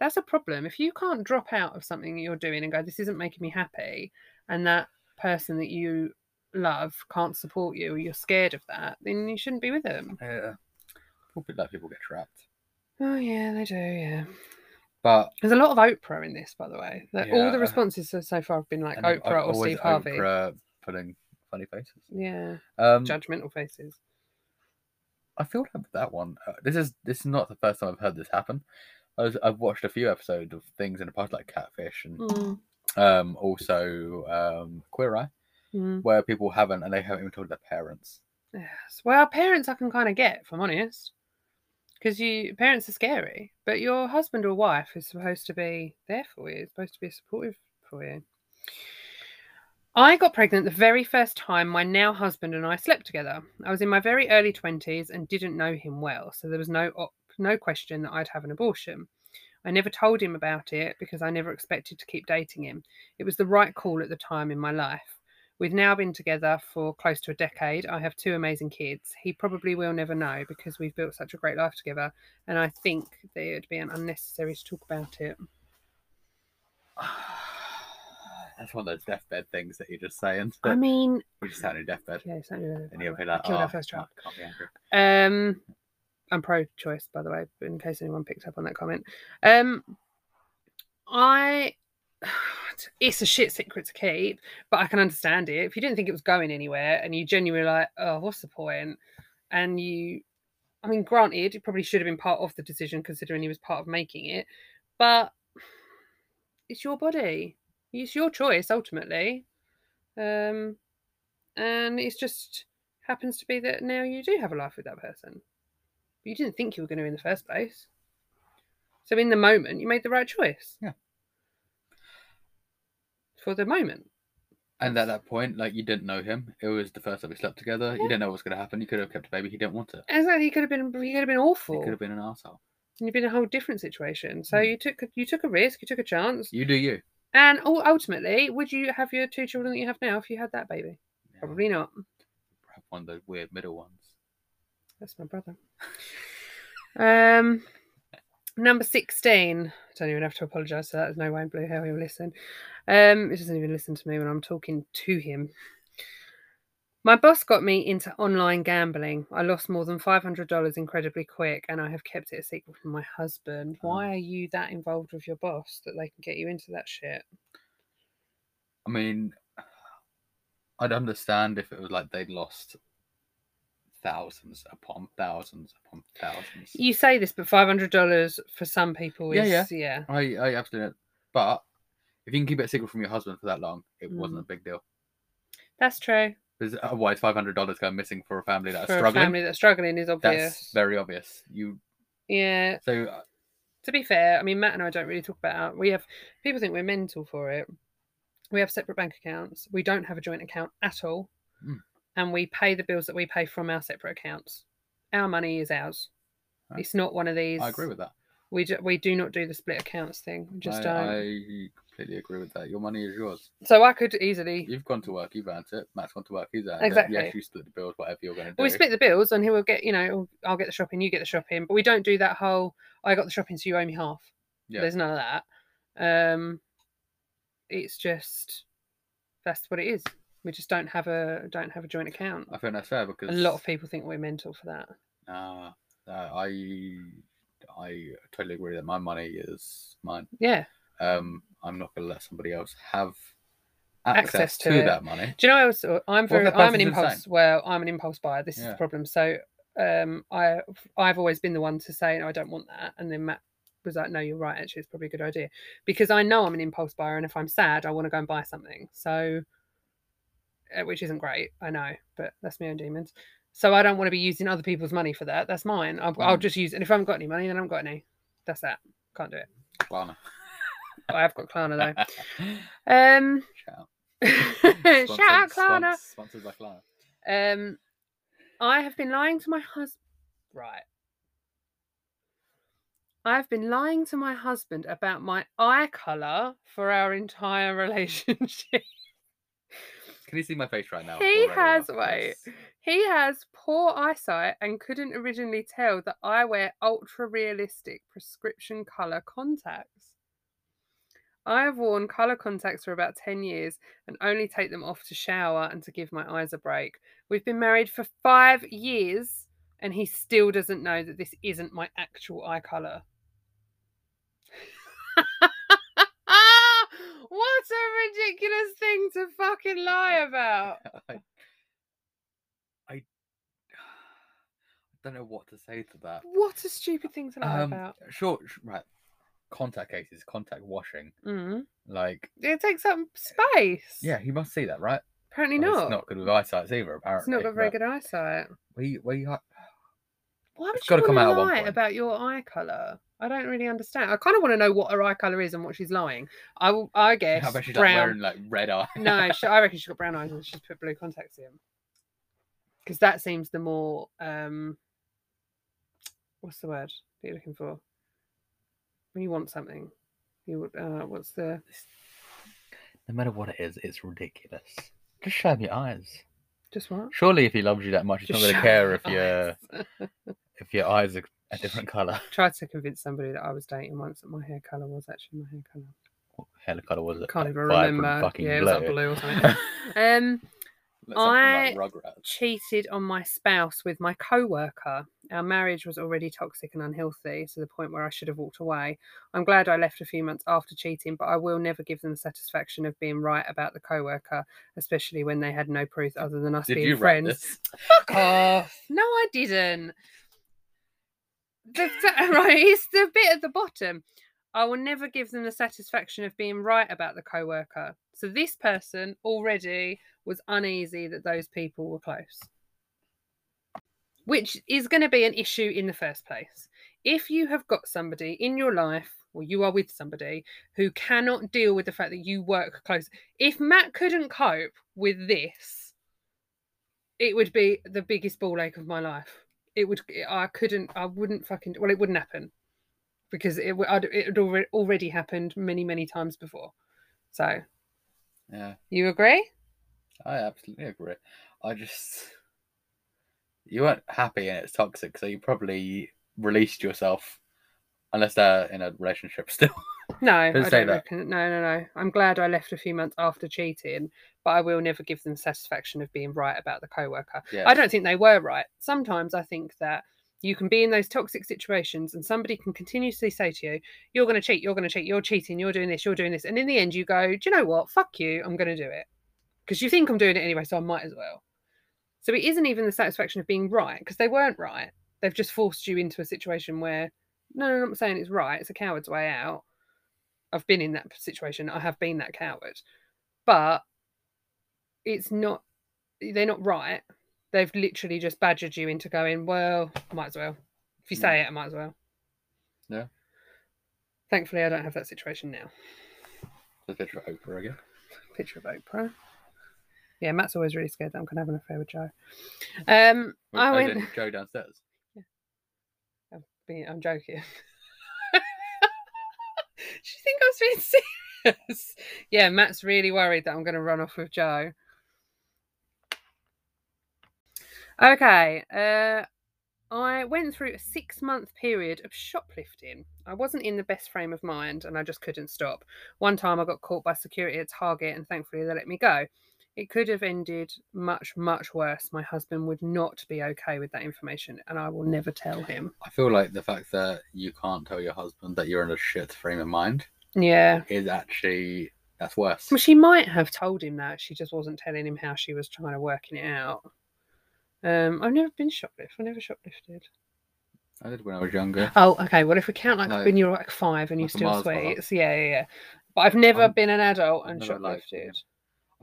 Speaker 2: That's a problem. If you can't drop out of something that you're doing and go, this isn't making me happy, and that person that you love can't support you, or you're scared of that, then you shouldn't be with them.
Speaker 1: Yeah, probably like people get trapped.
Speaker 2: Oh, yeah, they do, yeah.
Speaker 1: But
Speaker 2: There's a lot of Oprah in this, by the way. Like, All
Speaker 1: Yeah.
Speaker 2: the responses so, so far have been like
Speaker 1: and then
Speaker 2: Oprah or
Speaker 1: always
Speaker 2: Steve Harvey.
Speaker 1: Oprah putting funny faces.
Speaker 2: Yeah,
Speaker 1: Um,
Speaker 2: judgmental faces.
Speaker 1: I feel like with that one. Uh, this is this is not the first time I've heard this happen. I was, I've watched a few episodes of things in the past like Catfish and
Speaker 2: Mm,
Speaker 1: um, also um, Queer Eye,
Speaker 2: mm.
Speaker 1: where people haven't and they haven't even told their parents.
Speaker 2: Yes. Well, parents I can kind of get, if I'm honest, because you parents are scary, but your husband or wife is supposed to be there for you, supposed to be supportive for you. I got pregnant the very first time my now husband and I slept together. I was in my very early twenties and didn't know him well, so there was no op- no question that I'd have an abortion. I never told him about it because I never expected to keep dating him. It was the right call at the time in my life. We've now been together for close to a decade. I have two amazing kids. He probably will never know because we've built such a great life together. And I think that it would be unnecessary to talk about it.
Speaker 1: That's one of those deathbed things that you're just saying.
Speaker 2: I mean,
Speaker 1: you just sat on your deathbed,
Speaker 2: yeah, it's not really.
Speaker 1: and you'll be like,
Speaker 2: I killed
Speaker 1: "Oh,
Speaker 2: our first
Speaker 1: no,
Speaker 2: child."
Speaker 1: can't be angry."
Speaker 2: Um, I'm pro-choice, by the way, in case anyone picked up on that comment. Um, I it's a shit secret to keep, but I can understand it. If you didn't think it was going anywhere and you genuinely like, oh, what's the point? And you, I mean, granted, it probably should have been part of the decision considering he was part of making it, but it's your body, it's your choice ultimately. Um, and it's just happens to be that now you do have a life with that person, but you didn't think you were going to in the first place. So in the moment, you made the right choice.
Speaker 1: Yeah.
Speaker 2: For the moment.
Speaker 1: And at that point, like you didn't know him. It was the first time we slept together. You didn't know what's going to happen. You could have kept a baby. He didn't want it.
Speaker 2: As he could have been, he could have been awful.
Speaker 1: He could have been an asshole.
Speaker 2: and you've been in a whole different situation. So
Speaker 1: Mm.
Speaker 2: you took you took a risk, you took a chance,
Speaker 1: You do you.
Speaker 2: and ul- ultimately, would you have your two children that you have now if you had that baby? Probably not.
Speaker 1: Have one of those weird middle ones.
Speaker 2: That's my brother. Um, number sixteen. Don't even have to apologise for that. There's no way in blue hell he'll listen. Um, he doesn't even listen to me when I'm talking to him. My boss got me into online gambling. I lost more than five hundred dollars incredibly quick, and I have kept it a secret from my husband. Why
Speaker 1: Oh.
Speaker 2: are you that involved with your boss that they can get you into that shit?
Speaker 1: I mean, I'd understand if it was like they'd lost thousands upon thousands upon thousands.
Speaker 2: You say this, but five hundred dollars for some people
Speaker 1: Yeah,
Speaker 2: is
Speaker 1: yeah.
Speaker 2: yeah,
Speaker 1: I, I absolutely. But if you can keep it a secret from your husband for that long, it wasn't
Speaker 2: Mm.
Speaker 1: a big deal.
Speaker 2: That's true.
Speaker 1: Because otherwise, five hundred dollars going missing for a family that's
Speaker 2: for
Speaker 1: struggling.
Speaker 2: a family that's struggling is
Speaker 1: that's
Speaker 2: obvious.
Speaker 1: very obvious. You
Speaker 2: yeah,
Speaker 1: so uh,
Speaker 2: to be fair, I mean, Matt and I don't really talk about our- We have people think we're mental for it. We have separate bank accounts. We don't have a joint account at all,
Speaker 1: Mm.
Speaker 2: and we pay the bills that we pay from our separate accounts. Our money is ours.
Speaker 1: Right.
Speaker 2: It's not one of these.
Speaker 1: I agree with that.
Speaker 2: We do, we do not do the split accounts thing. We just
Speaker 1: I,
Speaker 2: don't.
Speaker 1: I completely agree with that. Your money is yours.
Speaker 2: So I could easily.
Speaker 1: You've gone to work. You've earned it. Matt's gone to work. He's earned
Speaker 2: Exactly.
Speaker 1: it. Yes, you split the bills. Whatever you're going to do.
Speaker 2: Well, we split the bills, and he will get. You know, "Oh, I'll get the shopping. You get the shopping. But we don't do that whole. I got the shopping, so you owe me half.
Speaker 1: Yeah.
Speaker 2: There's none of that. Um, it's just that's what it is. We just don't have a don't have a joint account.
Speaker 1: I think that's fair because
Speaker 2: A lot of people think we're mental for that.
Speaker 1: Uh, I I totally agree that my money is mine.
Speaker 2: Yeah.
Speaker 1: Um, I'm not going to let somebody else have access,
Speaker 2: Access
Speaker 1: to,
Speaker 2: to it.
Speaker 1: that money.
Speaker 2: Do you know what else? I'm
Speaker 1: What if
Speaker 2: very.
Speaker 1: that
Speaker 2: I'm an
Speaker 1: person's
Speaker 2: impulse.
Speaker 1: insane?
Speaker 2: Well, I'm an impulse buyer. This is
Speaker 1: Yeah.
Speaker 2: the problem. So, um, I I've always been the one to say no, I don't want that, and then Matt was like, No, you're right. Actually, it's probably a good idea because I know I'm an impulse buyer, and if I'm sad, I want to go and buy something. So, uh, which isn't great, I know, but that's my own demons. So I don't want to be using other people's money for that. That's mine. I'll, I'll
Speaker 1: Mm.
Speaker 2: just use, and if I haven't got any money, then I haven't got any. That's that. Can't do it.
Speaker 1: Lana.
Speaker 2: But I have got Klarna
Speaker 1: Shout
Speaker 2: though. Um,
Speaker 1: out.
Speaker 2: shout out
Speaker 1: Sponsored-
Speaker 2: Klarna.
Speaker 1: spons- Sponsored by Klarna.
Speaker 2: Um, I have been lying to my husband. Right. I've been lying to my husband about my eye colour for our entire relationship.
Speaker 1: Can you see my face right now?
Speaker 2: He
Speaker 1: Already
Speaker 2: has-
Speaker 1: after
Speaker 2: wait.
Speaker 1: this?
Speaker 2: he has poor eyesight and couldn't originally tell that I wear ultra realistic prescription colour contacts. I have worn colour contacts for about 10 years and only take them off to shower and to give my eyes a break. We've been married for five years and he still doesn't know that this isn't my actual eye colour. what a ridiculous thing to fucking lie about.
Speaker 1: I, I don't know what to say to that.
Speaker 2: What a stupid thing to lie
Speaker 1: Um,
Speaker 2: about.
Speaker 1: sure, sh- right. Contact cases, contact washing.
Speaker 2: Mm.
Speaker 1: Like,
Speaker 2: It takes up space.
Speaker 1: mm-hmm. yeah, he must see that, right?
Speaker 2: Apparently
Speaker 1: Well,
Speaker 2: not.
Speaker 1: It's not good with eyesight either, apparently.
Speaker 2: It's not got very
Speaker 1: but
Speaker 2: good eyesight.
Speaker 1: We, we, ha-
Speaker 2: Why would
Speaker 1: It's
Speaker 2: you
Speaker 1: gotta come
Speaker 2: want
Speaker 1: out
Speaker 2: to
Speaker 1: at one
Speaker 2: lie
Speaker 1: point.
Speaker 2: about your eye colour? I don't really understand. I kind of want to know what her eye colour is and what she's lying. I will. I guess
Speaker 1: I bet she's like
Speaker 2: brown.
Speaker 1: wearing like red eye.
Speaker 2: no, she, I reckon she's got brown eyes and she's put blue contacts in. Because that seems the more um, what's the word that you're looking for? When you want something, you would. Uh, what's the
Speaker 1: no matter what it is, it's ridiculous. Just show him your eyes.
Speaker 2: just what?
Speaker 1: Surely, if he loves you that much, he's not going
Speaker 2: show
Speaker 1: to care
Speaker 2: her
Speaker 1: if your
Speaker 2: eyes.
Speaker 1: if your eyes are a different color.
Speaker 2: tried to convince somebody that I was dating once that my hair colour was actually my hair colour.
Speaker 1: What hell color was it?
Speaker 2: Can't
Speaker 1: Like
Speaker 2: even
Speaker 1: vibrant
Speaker 2: remember.
Speaker 1: Fucking
Speaker 2: Yeah, it was
Speaker 1: blue.
Speaker 2: like blue or something. Um,
Speaker 1: Like something like Rugrats.
Speaker 2: cheated on my spouse with my co-worker. Our marriage was already toxic and unhealthy to the point where I should have walked away. I'm glad I left a few months after cheating, but I will never give them the satisfaction of being right about the co-worker, especially when they had no proof other than us
Speaker 1: Did
Speaker 2: being
Speaker 1: you write
Speaker 2: friends.
Speaker 1: this?
Speaker 2: Fuck off. No, I didn't. The, fa- right, it's the bit at the bottom. I will never give them the satisfaction of being right about the co worker. So this person already was uneasy that those people were close, which is going to be an issue in the first place. If you have got somebody in your life, or you are with somebody who cannot deal with the fact that you work close, if Matt couldn't cope with this, it would be the biggest ball ache of my life. It would. I couldn't. I wouldn't fucking. Well, it wouldn't happen because it would. I'd- It had alre- already happened many, many times before. So
Speaker 1: Yeah,
Speaker 2: you agree?
Speaker 1: I absolutely agree. I just you weren't happy and it's toxic, so you probably released yourself, unless they're in a relationship still.
Speaker 2: No, I
Speaker 1: Don't
Speaker 2: don't
Speaker 1: say that.
Speaker 2: reckon. No, no, no. I'm glad I left a few months after cheating, but I will never give them satisfaction of being right about the coworker.
Speaker 1: Yeah,
Speaker 2: I don't think they were right. Sometimes I think that you can be in those toxic situations and somebody can continuously say to you, You're going to cheat, you're going to cheat, you're cheating, you're doing this, you're doing this. And in the end, you go, Do you know what? Fuck you, I'm going to do it. Because you think I'm doing it anyway, so I might as well. So it isn't even the satisfaction of being right because they weren't right. They've just forced you into a situation where, no, no, no, I'm saying it's right. It's a coward's way out. I've been in that situation. I have been that coward. But it's not, they're not right they've literally just badgered you into going, well, might as well. If you
Speaker 1: Mm.
Speaker 2: say it, I might as well.
Speaker 1: Yeah.
Speaker 2: Thankfully, I don't have that situation now.
Speaker 1: Just picture of Oprah again.
Speaker 2: Picture of Oprah. Yeah, Matt's always really scared that I'm going to have an affair with Joe. Um,
Speaker 1: Well,
Speaker 2: I
Speaker 1: as
Speaker 2: went.
Speaker 1: in Joe downstairs.
Speaker 2: being- I'm joking. she think I was being serious. Yeah, Matt's really worried that I'm going to run off with Joe. Okay, uh, I went through a six month period of shoplifting. I wasn't in the best frame of mind and I just couldn't stop. One time I got caught by security at Target and thankfully they let me go. It could have ended much, much worse. My husband would not be okay with that information and I will never tell him.
Speaker 1: I feel like the fact that you can't tell your husband that you're in a shit frame of mind
Speaker 2: Yeah.
Speaker 1: is actually that's worse.
Speaker 2: Well, she might have told him that. She just wasn't telling him how she was trying to working it out. Um, I've never been shoplift. I never shoplifted.
Speaker 1: I did when I was younger.
Speaker 2: Oh, okay. Well, if we count like
Speaker 1: No.
Speaker 2: when you're like five and you
Speaker 1: Like a
Speaker 2: steal
Speaker 1: Mars bar.
Speaker 2: sweets, yeah, yeah, yeah. But I've never
Speaker 1: I'm-
Speaker 2: been an adult
Speaker 1: I've
Speaker 2: and
Speaker 1: never,
Speaker 2: shoplifted.
Speaker 1: like, yeah.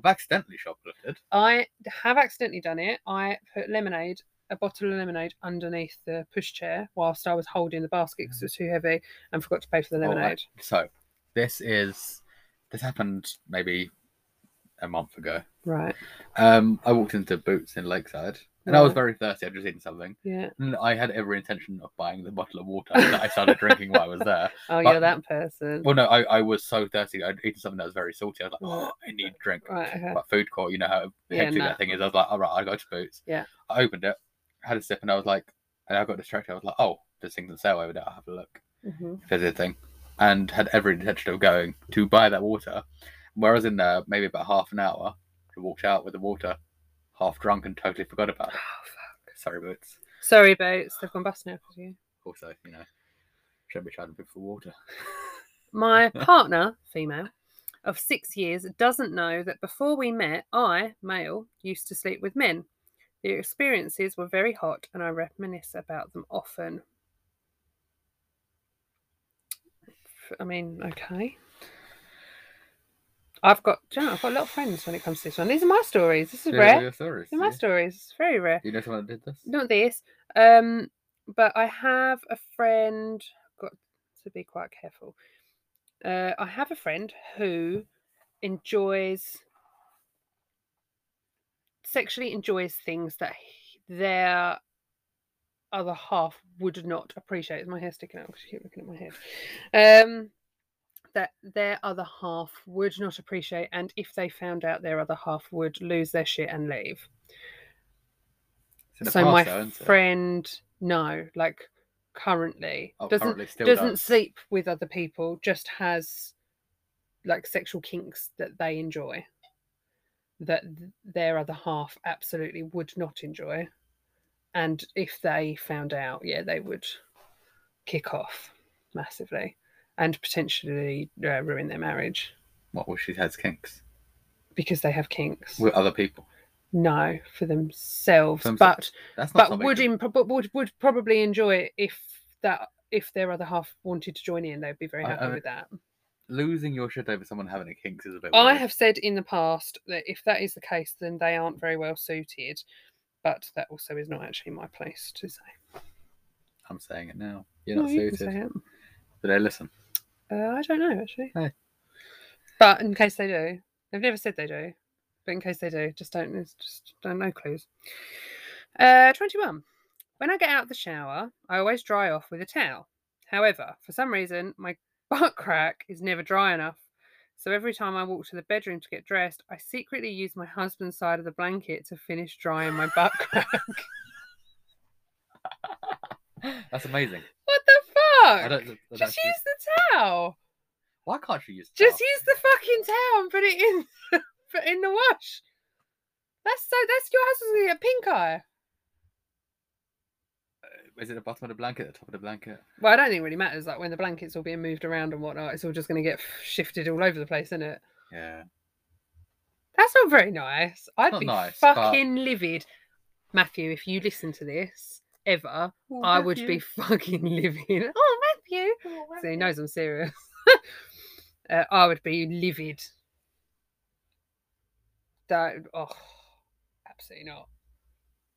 Speaker 1: I've accidentally shoplifted.
Speaker 2: I have accidentally done it. I put lemonade, a bottle of lemonade, underneath the pushchair whilst I was holding the basket because it was too heavy, and forgot to pay for the
Speaker 1: All right.
Speaker 2: lemonade.
Speaker 1: So this is this happened maybe a month ago.
Speaker 2: Right.
Speaker 1: Um, I walked into Boots in Lakeside, and I was
Speaker 2: Right.
Speaker 1: very thirsty. I'd just eaten something,
Speaker 2: Yeah.
Speaker 1: and I had every intention of buying the bottle of water that I started drinking while I was there.
Speaker 2: Oh,
Speaker 1: But-
Speaker 2: you're that person.
Speaker 1: Well, no, I, I was so thirsty. I'd eaten something that was very salty. I was like, oh, I need a drink.
Speaker 2: Right. Okay.
Speaker 1: Like food court, you know how
Speaker 2: Yeah,
Speaker 1: hectic
Speaker 2: no.
Speaker 1: that thing is. I was like, all right, I go to Boots.
Speaker 2: Yeah.
Speaker 1: I opened it, had a sip, and I was like, and I got distracted. I was like, oh, this thing's on sale over there. I'll have a look.
Speaker 2: hmm
Speaker 1: There's a thing, and had every intention of going to buy that water. Where I was in there, maybe about half an hour, I walked out with the water, half drunk, and totally forgot about it.
Speaker 2: Oh,
Speaker 1: Sorry, Boots.
Speaker 2: Sorry, Boats. They've gone bust now because you.
Speaker 1: Also, you know, shouldn't be charging people for water.
Speaker 2: My partner, female, of six years, doesn't know that before we met, I, male, used to sleep with men. The experiences were very hot, and I reminisce about them often. F- I mean, okay. I've got, do you know, I've got a lot of friends when it comes to this one. These are my stories. This is
Speaker 1: Yeah,
Speaker 2: rare.
Speaker 1: your stories,
Speaker 2: These are my
Speaker 1: yeah.
Speaker 2: stories. It's very rare.
Speaker 1: You know someone that did this?
Speaker 2: not this um but i have a friend got to be quite careful uh i have a friend who enjoys sexually enjoys things that he- their other half would not appreciate Is my hair sticking out because you keep looking at my head um that their other half would not appreciate and if they found out their other half would lose their shit and leave
Speaker 1: It's in the
Speaker 2: so
Speaker 1: past,
Speaker 2: my
Speaker 1: though, isn't it?
Speaker 2: friend no like currently
Speaker 1: Oh,
Speaker 2: doesn't
Speaker 1: currently still
Speaker 2: doesn't
Speaker 1: does.
Speaker 2: sleep with other people just has like sexual kinks that they enjoy that th- their other half absolutely would not enjoy. And if they found out, yeah, they would kick off massively and potentially uh, ruin their marriage
Speaker 1: What? Well, she has kinks
Speaker 2: because they have kinks.
Speaker 1: with other people.
Speaker 2: no, for themselves,
Speaker 1: Themse-
Speaker 2: but
Speaker 1: That's not
Speaker 2: but
Speaker 1: something.
Speaker 2: would,
Speaker 1: to-
Speaker 2: imp- but would would probably enjoy it if that if their other half wanted to join in, they'd be very
Speaker 1: I-
Speaker 2: happy
Speaker 1: I-
Speaker 2: with that.
Speaker 1: losing your shit over someone having a kinks is a bit.
Speaker 2: I
Speaker 1: weird.
Speaker 2: have said in the past that if that is the case, then they aren't very well suited. But that also is not actually my place to say.
Speaker 1: I'm saying it now. You're not
Speaker 2: No, you can
Speaker 1: suited.
Speaker 2: say it.
Speaker 1: Do they listen?
Speaker 2: Uh, I don't know actually.
Speaker 1: No.
Speaker 2: But in case they do, they've never said they do. But in case they do, just don't it's just don't know clues. Uh, twenty-one. When I get out of the shower, I always dry off with a towel. However, for some reason, my butt crack is never dry enough. So every time I walk to the bedroom to get dressed, I secretly use my husband's side of the blanket to finish drying my butt crack.
Speaker 1: That's amazing.
Speaker 2: what the fuck?
Speaker 1: I don't. that- that's
Speaker 2: just
Speaker 1: just-
Speaker 2: use the towel.
Speaker 1: Why can't you use?
Speaker 2: Just
Speaker 1: towel?
Speaker 2: use the fucking towel and put it in, put it in the wash. That's so. That's your husband's gonna get pink eye.
Speaker 1: Is it the bottom of the blanket? The top of the blanket?
Speaker 2: Well, I don't think it really matters. Like when the blankets all being moved around and whatnot, it's all just gonna get shifted all over the place, isn't it?
Speaker 1: Yeah.
Speaker 2: That's not very nice. I'd
Speaker 1: not
Speaker 2: be
Speaker 1: nice, but-
Speaker 2: fucking livid, Matthew. If you listen to this ever, I would be fucking livid. Oh, Matthew. So he knows I'm serious. uh, I would be livid. Don't. Oh, absolutely not.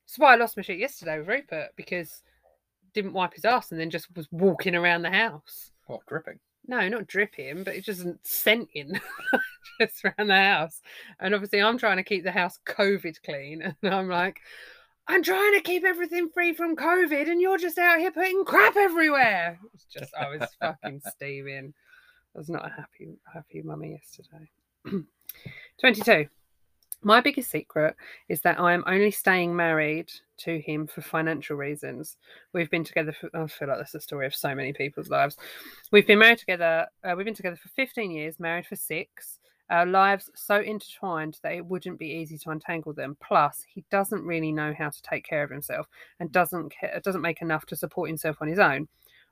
Speaker 2: That's why I lost my shit yesterday with Rupert because didn't wipe his ass and then just was walking around the house.
Speaker 1: What dripping?
Speaker 2: No, not dripping, but it just scenting just around the house. And obviously, I'm trying to keep the house COVID clean, and I'm like, I'm trying to keep everything free from COVID, and you're just out here putting crap everywhere. It's just, I was fucking steaming. I was not a happy, happy mummy yesterday. 22. My biggest secret is that I am only staying married to him for financial reasons. We've been together for, I feel like that's the story of so many people's lives. We've been married together, uh, we've been together for 15 years, married for six. Our lives so intertwined that it wouldn't be easy to untangle them. Plus, he doesn't really know how to take care of himself and doesn't care, doesn't make enough to support himself on his own.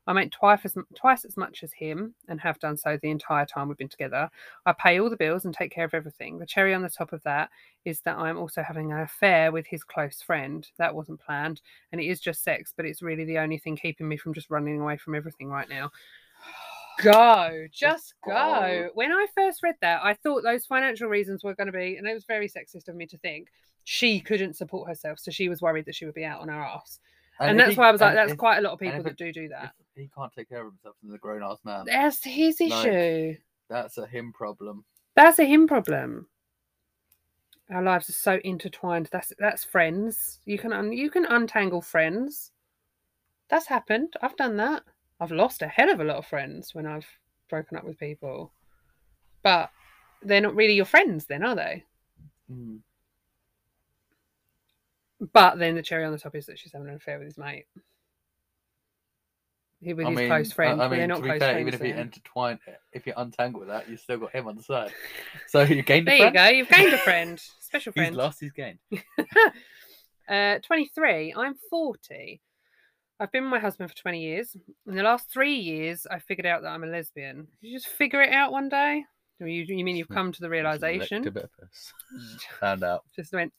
Speaker 2: I make twice as twice as much as him and have done so the entire time we've been together. I pay all the bills and take care of everything. The cherry on the top of that is that I'm also having an affair with his close friend. That wasn't planned, and it is just sex, but it's really the only thing keeping me from just running away from everything right now go just go
Speaker 1: go.
Speaker 2: when i first read that i thought those financial reasons were going to be and it was very sexist of me to think she couldn't support herself so she was worried that she would be out on her ass and,
Speaker 1: if
Speaker 2: that's
Speaker 1: he-
Speaker 2: why i was like
Speaker 1: and
Speaker 2: that's
Speaker 1: if-
Speaker 2: quite a lot of
Speaker 1: and
Speaker 2: people
Speaker 1: if
Speaker 2: that
Speaker 1: it-
Speaker 2: do do
Speaker 1: If
Speaker 2: that
Speaker 1: he can't take care of himself as a grown ass man.
Speaker 2: that's his
Speaker 1: like-
Speaker 2: issue
Speaker 1: That's a him problem.
Speaker 2: that's a him problem our lives are so intertwined that's that's friends you can un- you can untangle friends that's happened i've done that i've lost a hell of a lot of friends when i've broken up with people but they're not really your friends then are they
Speaker 1: Mm.
Speaker 2: but then the cherry on the top is that she's having an affair with his mate He- with
Speaker 1: I
Speaker 2: his
Speaker 1: mean,
Speaker 2: close friend
Speaker 1: I, I
Speaker 2: but they're
Speaker 1: mean,
Speaker 2: not
Speaker 1: to be
Speaker 2: close
Speaker 1: fair,
Speaker 2: friends
Speaker 1: even if you
Speaker 2: then.
Speaker 1: intertwine, it, if you untangle that, you still got him on the side. So you gained a
Speaker 2: there you
Speaker 1: friend.
Speaker 2: go you've gained a friend special
Speaker 1: He's
Speaker 2: friend
Speaker 1: lost, he's gained.
Speaker 2: Uh, 23. I'm 40. I've been with my husband for 20 years. In the last three years, I figured out that I'm a lesbian. Did you just figure it out one day? Or you, you mean you've come to the realization?
Speaker 1: Found out.
Speaker 2: Just went.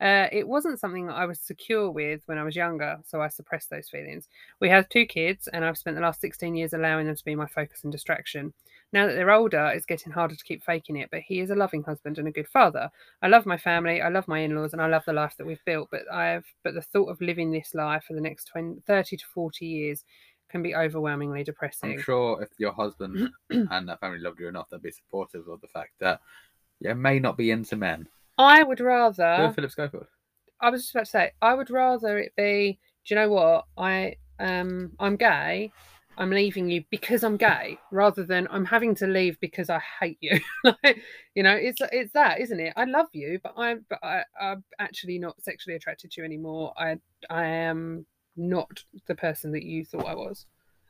Speaker 2: Uh, it wasn't something that I was secure with when I was younger, so I suppressed those feelings. We have two kids, and I've spent the last 16 years allowing them to be my focus and distraction. Now that they're older, it's getting harder to keep faking it, but he is a loving husband and a good father. I love my family, I love my in-laws, and I love the life that we've built, but I've but the thought of living this life for the next 20, 30 to 40 years can be overwhelmingly
Speaker 1: I'm
Speaker 2: depressing.
Speaker 1: sure if your husband and that family loved you enough, they'd be supportive of the fact that you may not be into men.
Speaker 2: I would
Speaker 1: Do
Speaker 2: rather
Speaker 1: a Philip Schofield.
Speaker 2: I was just about to say, I would rather it be, do you know what? I um I'm gay, I'm leaving you because I'm gay, rather than I'm having to leave because I hate you. like, you know, it's it's that, isn't it? I love you, but I'm but I, I'm actually not sexually attracted to you anymore. I I am not the person that you thought I was.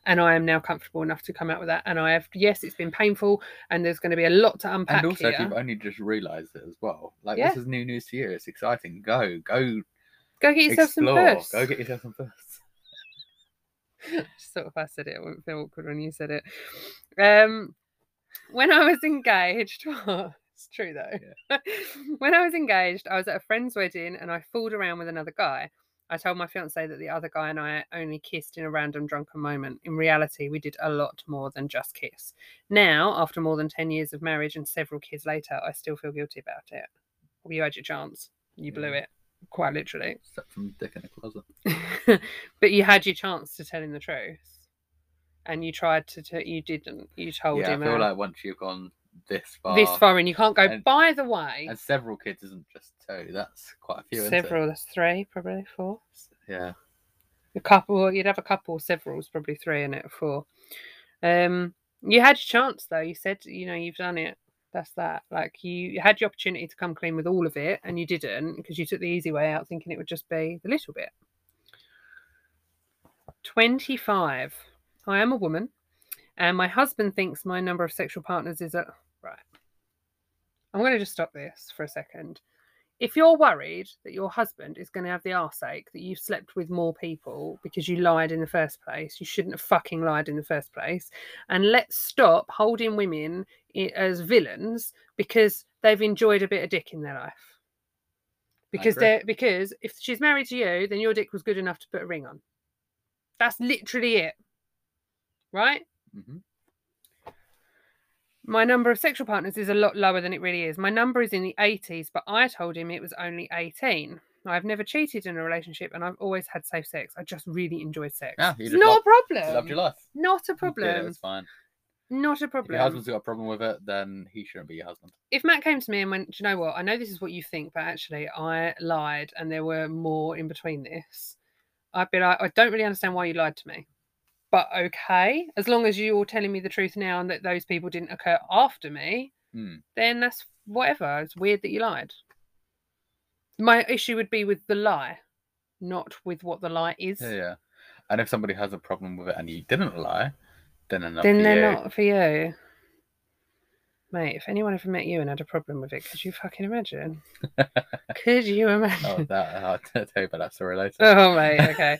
Speaker 2: And I am now comfortable enough to come out with that. And I have, yes, it's been painful, and there's going to be a lot to unpack
Speaker 1: and also, if
Speaker 2: here.
Speaker 1: you've only just realised it as well, like
Speaker 2: Yeah.
Speaker 1: this is new news to you. It's exciting. Go, go,
Speaker 2: Go get yourself
Speaker 1: explore.
Speaker 2: some
Speaker 1: Go
Speaker 2: first.
Speaker 1: get yourself some first.
Speaker 2: just thought if I said it, it wouldn't feel awkward when you said it. Um, when I was engaged, oh, it's true though. when I was engaged, I was at a friend's wedding and I fooled around with another guy. I told my fiance that the other guy and I only kissed in a random drunken moment. In reality, we did a lot more than just kiss. Now, after more than 10 years of marriage and several kids later, I still feel guilty about it. Well, you had your chance. You blew
Speaker 1: Yeah.
Speaker 2: it, quite literally.
Speaker 1: Stuck some dick in a closet.
Speaker 2: but you had your chance to tell him the truth, and you tried to. T- you didn't. You told
Speaker 1: yeah, I
Speaker 2: him
Speaker 1: feel
Speaker 2: uh,
Speaker 1: like once you've gone this far,
Speaker 2: this far, and you can't go.
Speaker 1: and-
Speaker 2: By the way,
Speaker 1: and several kids isn't just two. That's quite a few. isn't it?
Speaker 2: several. That's three, probably four.
Speaker 1: Yeah.
Speaker 2: A couple. Well, you'd have a couple. Several's probably three in it. Four. Um, you had your chance though. You said, you know, you've done it. That's that. Like you you had your opportunity to come clean with all of it, and you didn't because you took the easy way out, thinking it would just be the little bit. Twenty-five. I am a woman, and my husband thinks my number of sexual partners is at right. I'm going to just stop this for a second. If you're worried that your husband is going to have the arse ache that you've slept with more people because you lied in the first place, you shouldn't have fucking lied in the first place. And let's stop holding women i- as villains because they've enjoyed a bit of dick in their life. Because
Speaker 1: agree.
Speaker 2: they're because if she's married to you, then your dick was good enough to put a ring on. That's literally it. Right?
Speaker 1: hmm
Speaker 2: My number of sexual partners is a lot lower than it really is. My number is in the 80s, but I told him it was only 18. I've never cheated in a relationship and I've always had safe sex. I just really enjoyed sex.
Speaker 1: Yeah, you
Speaker 2: it's
Speaker 1: just
Speaker 2: not
Speaker 1: love-
Speaker 2: a problem.
Speaker 1: Loved your life.
Speaker 2: Not a
Speaker 1: You did it,
Speaker 2: problem.
Speaker 1: It's fine.
Speaker 2: Not a
Speaker 1: If your
Speaker 2: problem.
Speaker 1: husband's got a problem with it, then he shouldn't be your husband.
Speaker 2: If Matt came to me and went, Do you know what? I know this is what you think, but actually I lied and there were more in between this, I'd be like, I don't really understand why you lied to me. But okay, as long as you're telling me the truth now and that those people didn't occur after me,
Speaker 1: Hmm.
Speaker 2: then that's whatever. It's weird that you lied. My issue would be with the lie, not with what the lie is.
Speaker 1: Yeah, yeah. And if somebody has a problem with it and you didn't lie, then they're not.
Speaker 2: then
Speaker 1: for
Speaker 2: they're
Speaker 1: you.
Speaker 2: not for you. Mate, if anyone ever met you and had a problem with it, could you fucking imagine? could you
Speaker 1: Oh,
Speaker 2: imagine?
Speaker 1: that I'll tell you about that story later.
Speaker 2: Oh, mate, okay.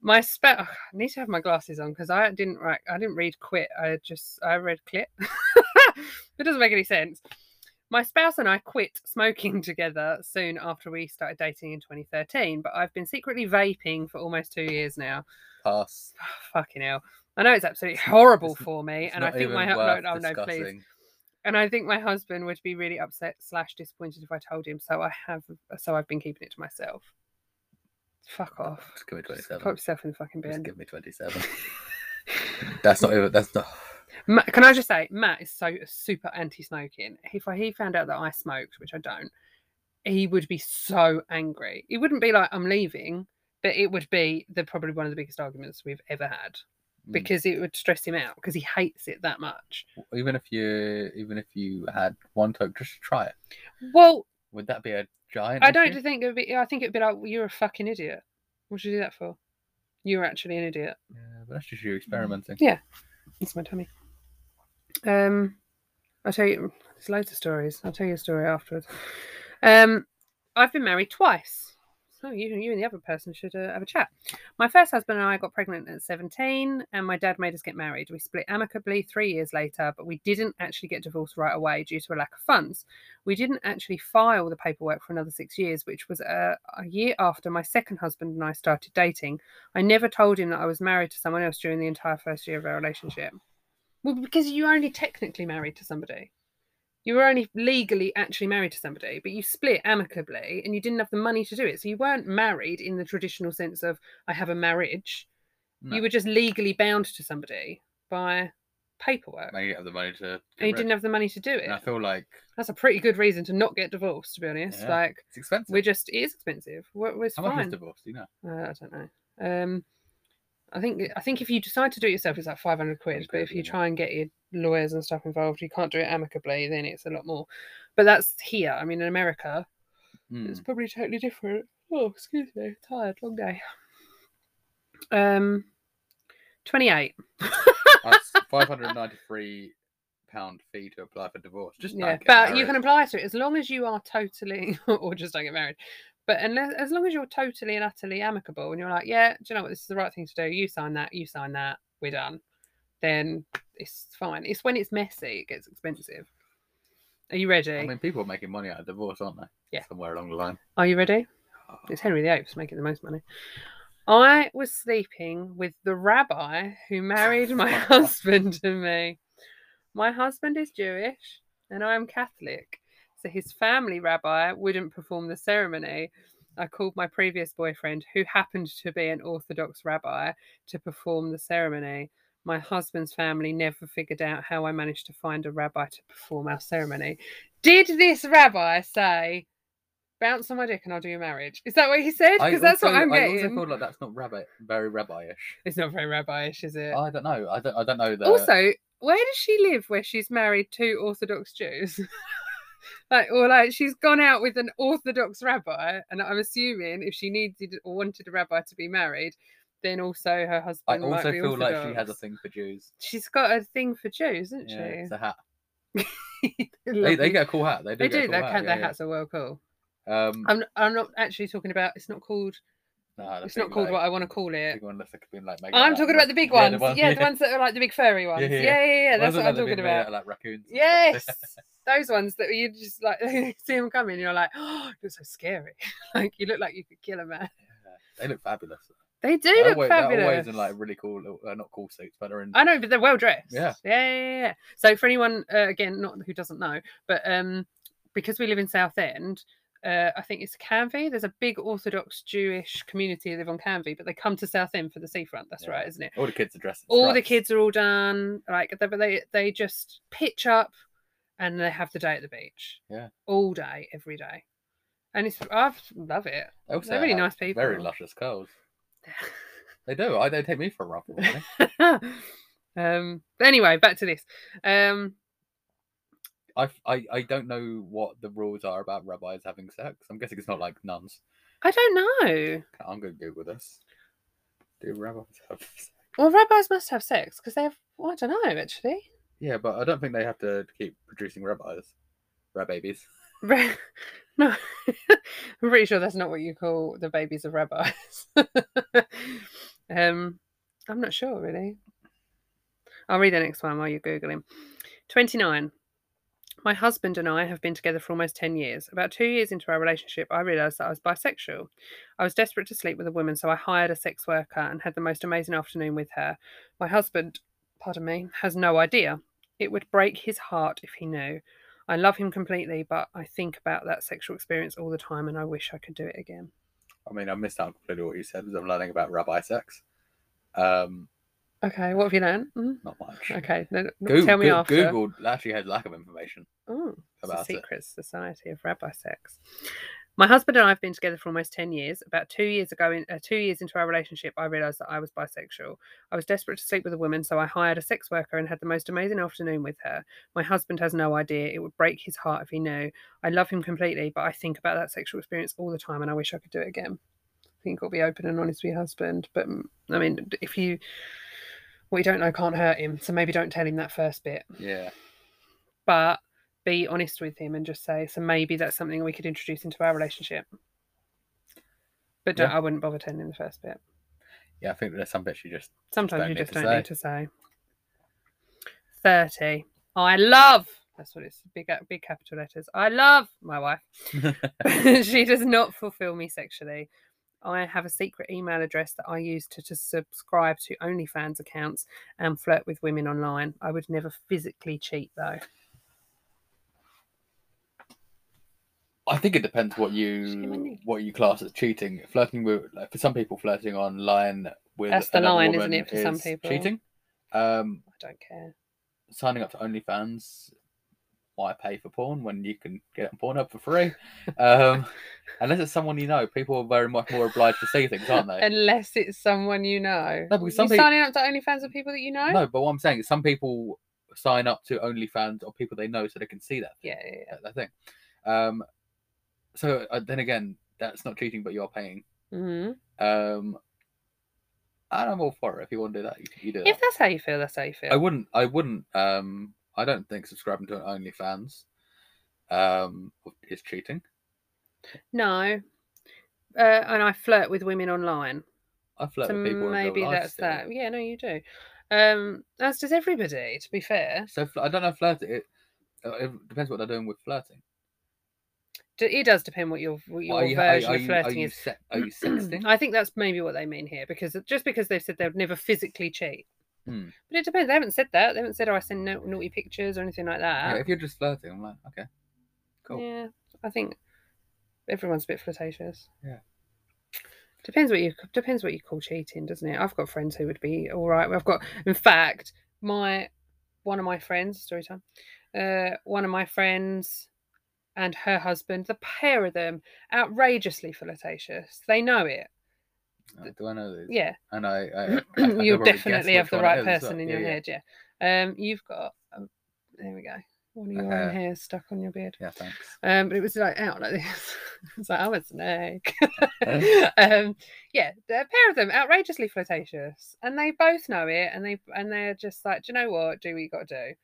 Speaker 2: My spell. I need to have my glasses on because I didn't write. I didn't read quit. I just I read clit. it doesn't make any sense. My spouse and I quit smoking together soon after we started dating in 2013, but I've been secretly vaping for almost two years now. Oh,
Speaker 1: Pass.
Speaker 2: Fucking hell! I know it's absolutely horrible
Speaker 1: it's-
Speaker 2: for me,
Speaker 1: It's
Speaker 2: and I
Speaker 1: not
Speaker 2: think my
Speaker 1: even
Speaker 2: hu- no,
Speaker 1: worth
Speaker 2: no, no, please,
Speaker 1: discussing.
Speaker 2: and I think my husband would be really upset slash disappointed if I told him. So I have, so I've been keeping it to myself. Fuck off.
Speaker 1: Just give me
Speaker 2: Oh, Just
Speaker 1: twenty-seven.
Speaker 2: pop yourself in the fucking
Speaker 1: Just
Speaker 2: bin.
Speaker 1: give me twenty-seven. that's not even. That's not.
Speaker 2: Ma can I just say, Matt is so super anti-smoking. If I, he found out that I smoked, which I don't, he would be so angry. He wouldn't be like, "I'm leaving," but it would be the probably one of the biggest arguments we've ever had
Speaker 1: Mm.
Speaker 2: because it would stress him out because he hates it that much.
Speaker 1: Even if you, even if you had one toke, just try it.
Speaker 2: Well,
Speaker 1: Would that be a giant?
Speaker 2: I don't
Speaker 1: issue?
Speaker 2: think it would be. I think it'd be like, well, "You're a fucking idiot. What should you do that for? You're actually an idiot."
Speaker 1: Yeah, but that's just you experimenting.
Speaker 2: Yeah. It's my tummy. Um, I'll tell you. There's loads of stories. I'll tell you a story afterwards. Um, I've been married twice. So you, you and the other person should uh, have a chat. My first husband and I got pregnant at 17, and my dad made us get married. We split amicably three years later, but we didn't actually get divorced right away due to a lack of funds. We didn't actually file the paperwork for another six years, which was uh, a year after my second husband and I started dating. I never told him that I was married to someone else during the entire first year of our relationship. Well, because you were only technically married to somebody. You were only legally actually married to somebody, but you split amicably and you didn't have the money to do it. So you weren't married in the traditional sense of I have a marriage.
Speaker 1: No.
Speaker 2: You were just legally bound to somebody by paperwork.
Speaker 1: And you have the money to. get
Speaker 2: and you
Speaker 1: rid.
Speaker 2: didn't have the money to do it.
Speaker 1: And I feel like
Speaker 2: That's a pretty good reason to not get divorced, to be honest.
Speaker 1: Yeah.
Speaker 2: Like,
Speaker 1: it's expensive.
Speaker 2: we're just, it is expensive. We're, we're
Speaker 1: How
Speaker 2: fine.
Speaker 1: much is divorce? Do you know?
Speaker 2: Uh, I don't know. Um, I think I think if you decide to do it yourself, it's like five hundred quid. But
Speaker 1: quid,
Speaker 2: if you
Speaker 1: yeah.
Speaker 2: try and get your lawyers and stuff involved, you can't do it amicably. Then it's a lot more. But that's here. I mean, in America, it's
Speaker 1: Mm.
Speaker 2: probably totally different. Oh, excuse me, tired, long day. Um, 28.
Speaker 1: That's 593 pound fee to apply for divorce. Just
Speaker 2: yeah,
Speaker 1: don't get
Speaker 2: but you
Speaker 1: married.
Speaker 2: can apply to it as long as you are totally, or just don't get married. But unless, as long as you're totally and utterly amicable, and you're like, yeah, do you know what? This is the right thing to do. You sign that. You sign that. We're done. Then it's fine. It's when it's messy, it gets expensive. Are you ready?
Speaker 1: I mean, people are making money out of divorce, aren't they?
Speaker 2: Yeah.
Speaker 1: Somewhere along the line.
Speaker 2: Are you ready? It's Henry VIII's making the most money. I was sleeping with the rabbi who married my husband to me. My husband is Jewish and I am Catholic, so his family rabbi wouldn't perform the ceremony. I called my previous boyfriend, who happened to be an Orthodox rabbi, to perform the ceremony. My husband's family never figured out how I managed to find a rabbi to perform our ceremony. Did this rabbi say, bounce on my dick and I'll do your marriage? Is that what he said?
Speaker 1: I
Speaker 2: Because that's what
Speaker 1: also-
Speaker 2: I'm
Speaker 1: I also
Speaker 2: getting.
Speaker 1: feel like that's not rabbi, very rabbi-ish.
Speaker 2: It's not very rabbiish, is it?
Speaker 1: I uh, don't know. I don't. I don't know that.
Speaker 2: Also, where does she live where she's married to Orthodox Jews? like, or like she's gone out with an Orthodox rabbi, and I'm assuming if she needed or wanted a rabbi to be married, then also her
Speaker 1: I
Speaker 2: husband. might
Speaker 1: also
Speaker 2: be
Speaker 1: feel like she has a
Speaker 2: Orthodox.
Speaker 1: thing for Jews.
Speaker 2: She's got a thing for Jews, isn't
Speaker 1: Yeah, it's
Speaker 2: she?
Speaker 1: a hat. They,
Speaker 2: Lovely.
Speaker 1: they get a cool hat. They do.
Speaker 2: They
Speaker 1: get a
Speaker 2: do.
Speaker 1: cool
Speaker 2: Their,
Speaker 1: hat,
Speaker 2: cat,
Speaker 1: yeah,
Speaker 2: their
Speaker 1: yeah.
Speaker 2: hats are well cool.
Speaker 1: Um,
Speaker 2: I'm. I'm not actually talking about. It's not called. It's not called what I want to call it. I'm talking about the big ones. Yeah, the, ones, that are like the big furry ones. Yeah,
Speaker 1: yeah,
Speaker 2: yeah,
Speaker 1: yeah.
Speaker 2: yeah. That's what I'm
Speaker 1: that have
Speaker 2: talking
Speaker 1: been made out
Speaker 2: about.
Speaker 1: of, like raccoons. and stuff.
Speaker 2: Yes, those ones that you just like see them coming, you're like, oh, you're so scary. like you look like you could kill a man.
Speaker 1: Yeah, They look fabulous.
Speaker 2: They do look
Speaker 1: always,
Speaker 2: fabulous.
Speaker 1: They're always in like really cool, little- uh, not cool suits, but they're in.
Speaker 2: I know, but they're well dressed.
Speaker 1: Yeah.
Speaker 2: yeah, yeah, yeah. So for anyone uh, again, not who doesn't know, but um, because we live in Southend, uh, I think it's Canvey. There's a big Orthodox Jewish community that live on Canvey, but they come to Southend for the seafront. That's
Speaker 1: Yeah.
Speaker 2: right, isn't it?
Speaker 1: All the kids are dressed. in
Speaker 2: all the
Speaker 1: stripes.
Speaker 2: kids are all done like they, but they they just pitch up and they have the day at the beach
Speaker 1: Yeah.
Speaker 2: all day every day and it's i love it
Speaker 1: They also
Speaker 2: they're really
Speaker 1: have Very
Speaker 2: nice people.
Speaker 1: luscious curls. They do. I, they take me for a rub. really.
Speaker 2: um but anyway back to this um
Speaker 1: I, I I don't know what the rules are about rabbis having sex. I'm guessing it's not like nuns.
Speaker 2: i don't know
Speaker 1: I'm gonna Google this. Do rabbis have? sex?
Speaker 2: well rabbis must have sex because they have well, i don't know actually
Speaker 1: Yeah, but I don't think they have to keep producing rabbis, rab babies.
Speaker 2: Ra- no i'm pretty sure that's not what you call the babies of rabbis um i'm not sure really i'll read the next one while you're googling 29 my husband and I have been together for almost 10 years. About two years into our relationship, I realised that I was bisexual. I was desperate to sleep with a woman, so I hired a sex worker and had the most amazing afternoon with her. My husband, pardon me, has no idea. It would break his heart if he knew. I love him completely, but I think about that sexual experience all the time and I wish I could do it again.
Speaker 1: I mean, I missed out completely what you said because I'm learning about rabbi sex. Um,
Speaker 2: Okay, what have you learned? Mm,
Speaker 1: not much.
Speaker 2: Okay, no, no,
Speaker 1: Goo-
Speaker 2: tell me
Speaker 1: Goo-
Speaker 2: after.
Speaker 1: Google actually has lack of information
Speaker 2: Oh, it's a
Speaker 1: about it.
Speaker 2: secret society of rabbi sex. My husband and I have been together for almost 10 years. About two years ago, in, uh, two years into our relationship, I realised that I was bisexual. I was desperate to sleep with a woman, so I hired a sex worker and had the most amazing afternoon with her. My husband has no idea. It would break his heart if he knew. I love him completely, but I think about that sexual experience all the time and I wish I could do it again. I think I'll be open and honest with your husband. But mm, I mean, d- if you, what you don't know can't hurt him. So maybe don't tell him that first bit
Speaker 1: Yeah,
Speaker 2: but be honest with him and just say, so maybe that's something we could introduce into our relationship. But don't,
Speaker 1: Yeah.
Speaker 2: I wouldn't bother telling him the first bit.
Speaker 1: yeah. I think there's some bits you just
Speaker 2: Sometimes
Speaker 1: Don't
Speaker 2: you
Speaker 1: need
Speaker 2: just
Speaker 1: to
Speaker 2: don't need to say. 30. I love, that's what it's big, big capital letters. I love my wife. she does not fulfill me sexually. I have a secret email address that I use to, to subscribe to OnlyFans accounts and flirt with women online. I would never physically cheat though.
Speaker 1: I think it depends what
Speaker 2: Shame on
Speaker 1: you
Speaker 2: you.
Speaker 1: what you class as cheating. Flirting with like, for some people, flirting online with
Speaker 2: That's the
Speaker 1: another
Speaker 2: line,
Speaker 1: woman
Speaker 2: isn't it, for some
Speaker 1: is
Speaker 2: people?
Speaker 1: cheating. Um,
Speaker 2: I don't care.
Speaker 1: signing up to OnlyFans. Why pay for porn when you can get porn up for free? Um, unless it's someone you know, people are very much more obliged to see things, aren't they?
Speaker 2: Unless it's someone you know.
Speaker 1: No, because some
Speaker 2: you
Speaker 1: peo-
Speaker 2: signing up to OnlyFans with people that you know.
Speaker 1: No, but what I'm saying is some people sign up to OnlyFans or people they know so they can see that
Speaker 2: Yeah, yeah, yeah.
Speaker 1: that, that thing. Um, Mm-hmm. so uh, then again, that's not cheating, but you're paying.
Speaker 2: Mhm.
Speaker 1: Um, and I'm all for it. If you want to do that, you, you do
Speaker 2: If
Speaker 1: that.
Speaker 2: that's how you feel, that's how you feel.
Speaker 1: I wouldn't. I wouldn't. Um, I don't think subscribing to an OnlyFans, um, is cheating.
Speaker 2: no. Uh, and I flirt with women online.
Speaker 1: I flirt
Speaker 2: So
Speaker 1: with people. in real
Speaker 2: maybe
Speaker 1: life
Speaker 2: that's
Speaker 1: still.
Speaker 2: that. Yeah, no, you do. Um, as does everybody, to be fair.
Speaker 1: So fl- I don't know. Flirt. It, uh, it depends what they're doing with flirting.
Speaker 2: D- It does depend what your what your
Speaker 1: Are you, are-
Speaker 2: version
Speaker 1: are
Speaker 2: of
Speaker 1: you-
Speaker 2: flirting
Speaker 1: are you
Speaker 2: is.
Speaker 1: se- are you sexting?
Speaker 2: I think that's maybe what they mean here, because it- just because they've said they'd never physically cheat,
Speaker 1: Hmm.
Speaker 2: but it depends. They haven't said that. They haven't said, "Oh, I send na- naughty pictures" or anything like
Speaker 1: Yeah,
Speaker 2: that.
Speaker 1: if you're just flirting, I'm like, okay, cool.
Speaker 2: Yeah, I think everyone's a bit flirtatious.
Speaker 1: Yeah.
Speaker 2: Depends what you depends what you call cheating, doesn't it? I've got friends who would be all right. I've got, in fact, my one of my friends. Story time. Uh, one of my friends and her husband, the pair of them, outrageously flirtatious. They know it.
Speaker 1: Uh, Do I know this?
Speaker 2: Yeah,
Speaker 1: And I, I, I- I can
Speaker 2: you'll
Speaker 1: probably guess
Speaker 2: definitely
Speaker 1: which
Speaker 2: have the
Speaker 1: one it
Speaker 2: right
Speaker 1: is as
Speaker 2: person
Speaker 1: well.
Speaker 2: in
Speaker 1: Yeah,
Speaker 2: your
Speaker 1: yeah.
Speaker 2: head. Yeah. Um, you've got. Um, there we go. One of your own
Speaker 1: hair.
Speaker 2: hair stuck on your beard.
Speaker 1: Yeah, thanks.
Speaker 2: Um, but it was like out like this. it's like I'm a snake.
Speaker 1: Eh?
Speaker 2: um, yeah, the pair of them outrageously flirtatious, and they both know it, and they and they're just like, do you know what? Do what you got to do.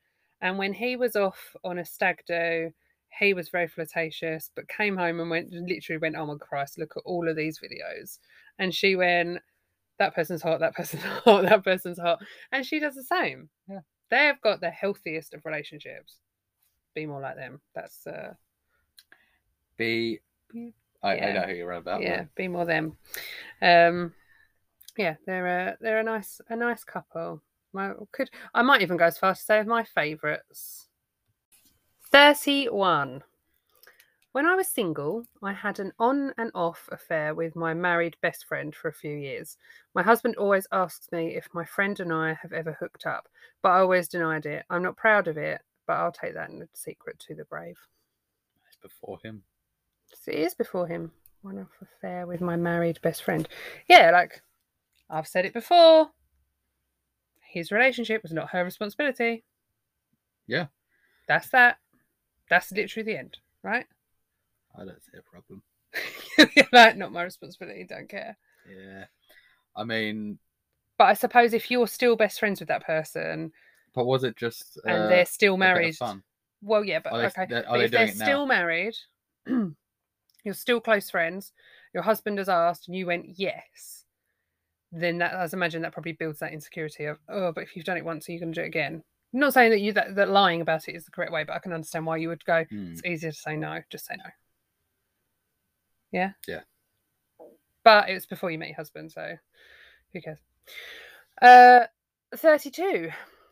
Speaker 2: And when he was off on a stag do, he was very flirtatious, but came home and went literally went, oh my Christ, look at all of these videos. And she went, that person's hot, that person's hot, that person's hot, and she does the same.
Speaker 1: Yeah.
Speaker 2: they've got the healthiest of relationships. Be more like them. That's uh.
Speaker 1: B. I, I
Speaker 2: Yeah.
Speaker 1: know who you're on about.
Speaker 2: yeah,
Speaker 1: but
Speaker 2: be more them. Um, yeah, they're a they're a nice a nice couple. My could I might even go as far as to say of my favourites. Thirty one. When I was single, I had an on and off affair with my married best friend for a few years. My husband always asks me if my friend and I have ever hooked up, but I always denied it. I'm not proud of it, but I'll take that in the secret to the grave.
Speaker 1: It's before him.
Speaker 2: So it is before him. One off affair with my married best friend. Yeah, like I've said it before. His relationship was not her responsibility.
Speaker 1: Yeah.
Speaker 2: That's that. That's literally the end, right?
Speaker 1: I don't see a problem.
Speaker 2: like, not my responsibility, don't care.
Speaker 1: Yeah. I mean,
Speaker 2: But I suppose if you're still best friends with that person
Speaker 1: but was it just uh,
Speaker 2: and they're still
Speaker 1: a bit of
Speaker 2: married,
Speaker 1: fun?
Speaker 2: well, yeah, but
Speaker 1: Are they-
Speaker 2: okay.
Speaker 1: they're- are
Speaker 2: but
Speaker 1: they
Speaker 2: if they're
Speaker 1: doing it now?
Speaker 2: still married, you're still close friends, your husband has asked and you went yes, then that I imagine that probably builds that insecurity of, oh, but if you've done it once, are you going to do it again? I'm not saying that you that, that lying about it is the correct way, but I can understand why you would go,
Speaker 1: Hmm.
Speaker 2: it's easier to say no, just say no. Yeah?
Speaker 1: Yeah.
Speaker 2: But it was before you met your husband, so who cares? Uh 32.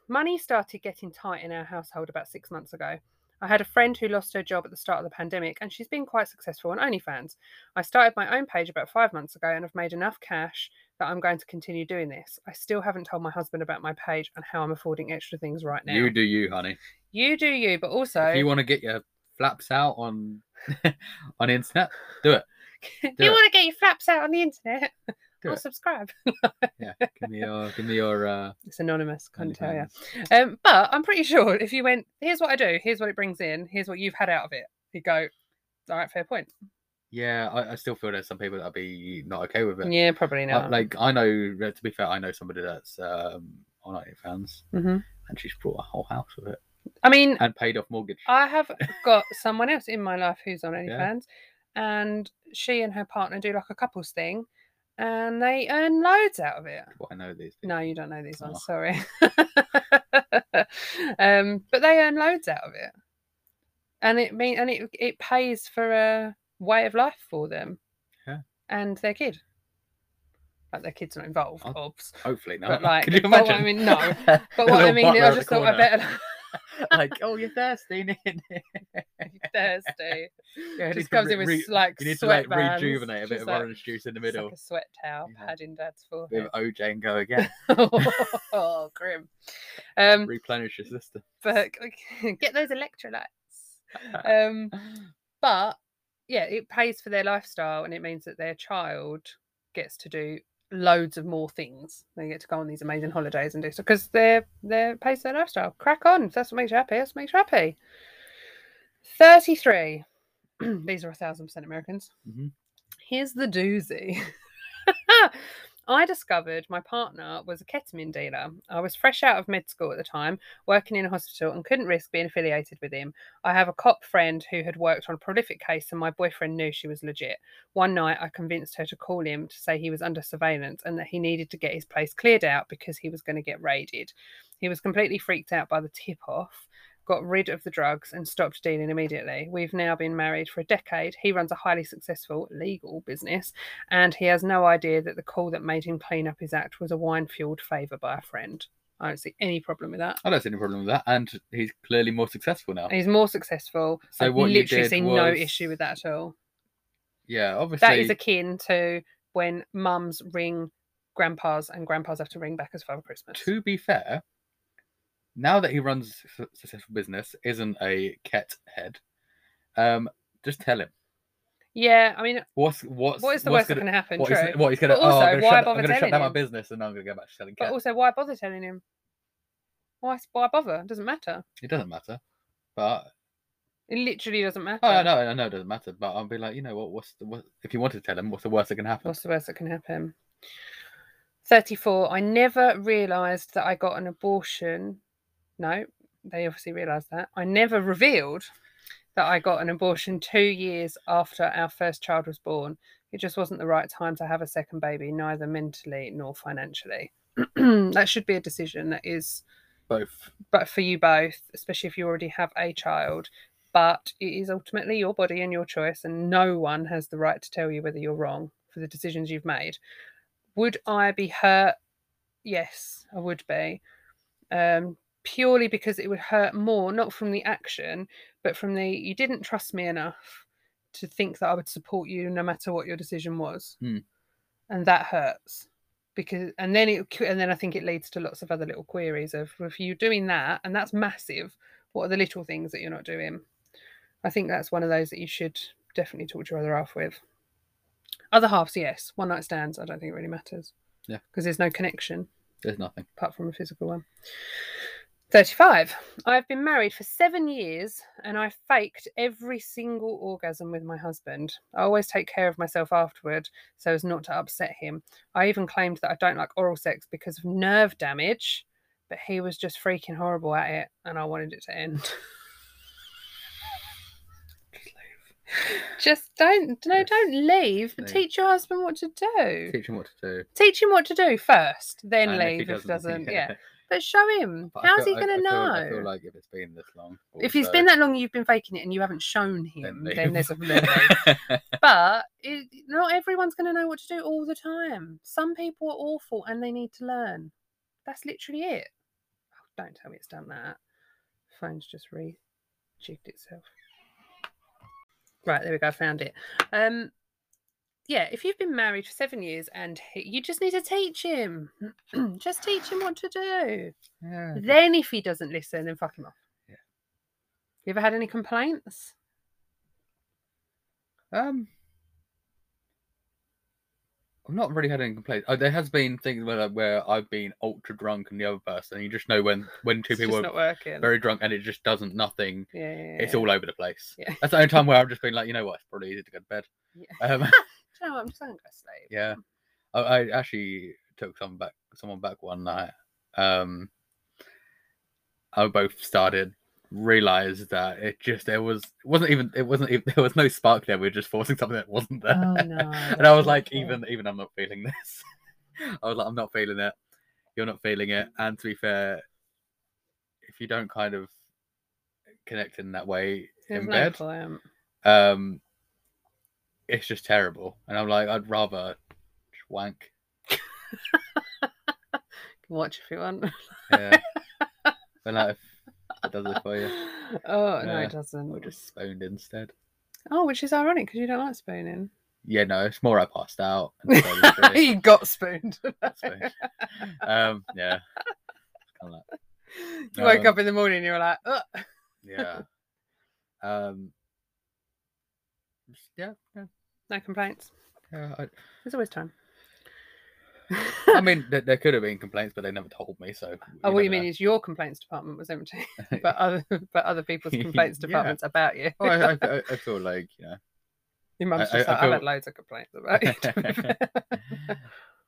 Speaker 2: Money started getting tight in our household about six months ago. I had a friend who lost her job at the start of the pandemic, and she's been quite successful on OnlyFans. I started my own page about five months ago, and I've made enough cash that I'm going to continue doing this. I still haven't told my husband about my page and how I'm affording extra things right now.
Speaker 1: You do you, honey.
Speaker 2: You do you, but also
Speaker 1: If you want to get your flaps out on on the internet, do it.
Speaker 2: if
Speaker 1: Do
Speaker 2: you
Speaker 1: it.
Speaker 2: want to get your flaps out on the internet,
Speaker 1: Do
Speaker 2: I'll
Speaker 1: it.
Speaker 2: subscribe.
Speaker 1: Yeah. Give me your give me your uh
Speaker 2: It's anonymous, can't tell you.
Speaker 1: OnlyFans.
Speaker 2: Um, but I'm pretty sure if you went, here's what I do, here's what it brings in, here's what you've had out of it, you'd go, all right, fair point.
Speaker 1: Yeah, I, I still feel there's some people that'd be not okay with it.
Speaker 2: Yeah, probably
Speaker 1: I-
Speaker 2: not.
Speaker 1: like I know that- to be fair, I know somebody that's um on OnlyFans
Speaker 2: hmm
Speaker 1: and she's brought a whole house with it
Speaker 2: I mean,
Speaker 1: and paid off mortgage.
Speaker 2: I have got someone else in my life who's on OnlyFans, and she and her partner do like a couples thing, and they earn loads out of it.
Speaker 1: Well, I know these. people.
Speaker 2: No, you don't know these ones.
Speaker 1: Oh.
Speaker 2: Sorry. um, but they earn loads out of it, and it mean and it it pays for a way of life for them,
Speaker 1: Yeah.
Speaker 2: and their kid. Like their kid's not involved,
Speaker 1: Oh.
Speaker 2: obs.
Speaker 1: Hopefully not.
Speaker 2: But, like,
Speaker 1: Could you
Speaker 2: but what I
Speaker 1: imagine?
Speaker 2: mean, no.
Speaker 1: The
Speaker 2: But what I
Speaker 1: little
Speaker 2: mean,
Speaker 1: butler
Speaker 2: I
Speaker 1: at the
Speaker 2: just thought I
Speaker 1: corner,
Speaker 2: better
Speaker 1: like, oh, you're thirsty.
Speaker 2: Thursday.
Speaker 1: Yeah, you need
Speaker 2: just
Speaker 1: to
Speaker 2: comes
Speaker 1: re-
Speaker 2: in with
Speaker 1: re-
Speaker 2: like
Speaker 1: You need to
Speaker 2: sweat
Speaker 1: like rejuvenate a bit of
Speaker 2: like,
Speaker 1: orange juice in the
Speaker 2: it's
Speaker 1: middle.
Speaker 2: like a sweat towel
Speaker 1: Yeah.
Speaker 2: padding dad's
Speaker 1: Bit
Speaker 2: forehead.
Speaker 1: of OJ and go again.
Speaker 2: oh, grim. Um,
Speaker 1: Replenish your system.
Speaker 2: but get those electrolytes. Um, but yeah, it pays for their lifestyle, and it means that their child gets to do loads of more things. They get to go on these amazing holidays and do so because they're they're pays for their lifestyle. Crack on! If that's what makes you happy. That's what makes you happy. Thirty three. These are a thousand percent Americans.
Speaker 1: Mhm.
Speaker 2: Here's the doozy. I discovered my partner was a ketamine dealer. I was fresh out of med school at the time, working in a hospital, and couldn't risk being affiliated with him. I have a cop friend who had worked on a prolific case, and my boyfriend knew she was legit. One night, I convinced her to call him to say he was under surveillance and that he needed to get his place cleared out because he was going to get raided. He was completely freaked out by the tip off got rid of the drugs and stopped dealing immediately. We've now been married for a decade. He runs a highly successful legal business, and he has no idea that the call that made him clean up his act was a wine fueled favour by a friend. I don't see any problem with that.
Speaker 1: I don't see any problem with that. And he's clearly more successful now.
Speaker 2: He's more successful.
Speaker 1: So
Speaker 2: I've
Speaker 1: what you
Speaker 2: literally
Speaker 1: did
Speaker 2: see no
Speaker 1: was-
Speaker 2: issue with that at all.
Speaker 1: Yeah, obviously.
Speaker 2: That is akin to when mums ring grandpas and grandpas have to ring back as Father Christmas.
Speaker 1: to be fair, now that he runs a su- successful business, isn't a ket head. Um, just tell him
Speaker 2: Yeah, I mean,
Speaker 1: what's what's
Speaker 2: what is the
Speaker 1: what's
Speaker 2: worst that
Speaker 1: gonna-
Speaker 2: can happen?
Speaker 1: what
Speaker 2: True.
Speaker 1: he's, what he's gonna.
Speaker 2: But
Speaker 1: oh,
Speaker 2: also,
Speaker 1: I'm gonna
Speaker 2: why
Speaker 1: shut,
Speaker 2: bother
Speaker 1: I'm gonna shut
Speaker 2: telling
Speaker 1: down my
Speaker 2: him?
Speaker 1: business, and I'm gonna go back to selling
Speaker 2: But
Speaker 1: ket.
Speaker 2: also, why bother telling him? Why, why bother? It doesn't matter.
Speaker 1: It doesn't matter. But
Speaker 2: It literally doesn't matter.
Speaker 1: oh, I know, I know, it doesn't matter. But I'll be like, you know what? What's the what, if you want to tell him? What's the worst that can happen?
Speaker 2: What's the worst that can happen? 34. I never realised that I got an abortion. No, they obviously realised that. I never revealed that I got an abortion two years after our first child was born. It just wasn't the right time to have a second baby, neither mentally nor financially. that should be a decision that is
Speaker 1: Both.
Speaker 2: but for you both, especially if you already have a child. But it is ultimately your body and your choice, and no one has the right to tell you whether you're wrong for the decisions you've made. Would I be hurt? Yes, I would be. Um, purely because it would hurt more, not from the action, but from the you didn't trust me enough to think that I would support you no matter what your decision was.
Speaker 1: Hmm.
Speaker 2: And that hurts because and then it and then I think it leads to lots of other little queries of well, if you're doing that and that's massive, what are the little things that you're not doing? I think that's one of those that you should definitely talk to your other half with. Other halves, yes. One night stands, I don't think it really matters.
Speaker 1: Yeah.
Speaker 2: Because there's no connection
Speaker 1: There's nothing.
Speaker 2: apart from a physical one. 35. I've been married for seven years and I faked every single orgasm with my husband. I always take care of myself afterward so as not to upset him. I even claimed that I don't like oral sex because of nerve damage, but he was just freaking horrible at it and I wanted it to end. Just don't, no,
Speaker 1: Yes.
Speaker 2: don't leave. But
Speaker 1: No.
Speaker 2: teach your husband what to do.
Speaker 1: Teach him what to do.
Speaker 2: Teach him what to do first, then
Speaker 1: and
Speaker 2: leave if he doesn't. Yeah. But show him.
Speaker 1: But I
Speaker 2: How's
Speaker 1: feel-
Speaker 2: he
Speaker 1: I-
Speaker 2: going to
Speaker 1: I feel-
Speaker 2: know?
Speaker 1: I feel like if it's been this long,
Speaker 2: if he's
Speaker 1: also,
Speaker 2: been that long, you've been faking it, and you haven't shown him,
Speaker 1: leave.
Speaker 2: then there's a problem. but it, not everyone's going to know what to do all the time. Some people are awful, and they need to learn. That's literally it. Oh, don't tell me it's done that. Phone's just rejigged itself. Right there we go. I found it. Um, yeah, if you've been married for seven years, and he, you just need to teach him, just teach him what to do.
Speaker 1: Yeah.
Speaker 2: Then if he doesn't listen, then fuck him off.
Speaker 1: Yeah.
Speaker 2: You ever had any complaints?
Speaker 1: Um, I've not really had any complaints. Oh, there has been things where like, where I've been ultra drunk and the other person. You just know when when two
Speaker 2: it's
Speaker 1: people are
Speaker 2: just not working.
Speaker 1: very drunk and it just doesn't nothing.
Speaker 2: yeah, yeah,
Speaker 1: It's
Speaker 2: yeah.
Speaker 1: all over the place.
Speaker 2: Yeah.
Speaker 1: That's the only time where I've just been like, you know what? It's probably easier to go to bed.
Speaker 2: Yeah.
Speaker 1: Um,
Speaker 2: Do you know what? I'm just going to go to sleep.
Speaker 1: yeah, I, I actually took someone back someone back one night. Um, I both started realized that it just there was it wasn't even it wasn't even, there was no spark there. We were just forcing something that wasn't there.
Speaker 2: Oh no.
Speaker 1: and I was like, even even I'm not feeling this. I was like, I'm not feeling it. You're not feeling it. And to be fair, if you don't kind of connect in that way in bed, um, it's just terrible. And I'm like, I'd rather just wank.
Speaker 2: Watch if you want.
Speaker 1: Yeah. but like, if it does it for you.
Speaker 2: Oh no,
Speaker 1: Yeah.
Speaker 2: it doesn't.
Speaker 1: Or just spooned instead.
Speaker 2: Oh, which is ironic because you don't like spooning.
Speaker 1: Yeah, no, it's more I passed out. And so I literally
Speaker 2: you got spooned.
Speaker 1: spooned. um, yeah. Kind of like,
Speaker 2: You woke
Speaker 1: Um,
Speaker 2: up in the morning and you were like, Ugh.
Speaker 1: Yeah. um. Yeah. Yeah.
Speaker 2: no complaints.
Speaker 1: yeah I,
Speaker 2: There's always time.
Speaker 1: I mean, there, there could have been complaints, but they never told me. So.
Speaker 2: Oh, what you
Speaker 1: never
Speaker 2: mean is your complaints department was empty,
Speaker 1: know.
Speaker 2: but other but other people's complaints
Speaker 1: Yeah.
Speaker 2: departments about you.
Speaker 1: Oh, I, I, I- I feel like you know.
Speaker 2: Your mum's
Speaker 1: I-
Speaker 2: just
Speaker 1: I- I
Speaker 2: like, I've had
Speaker 1: feel-
Speaker 2: loads of complaints about you. to be fair."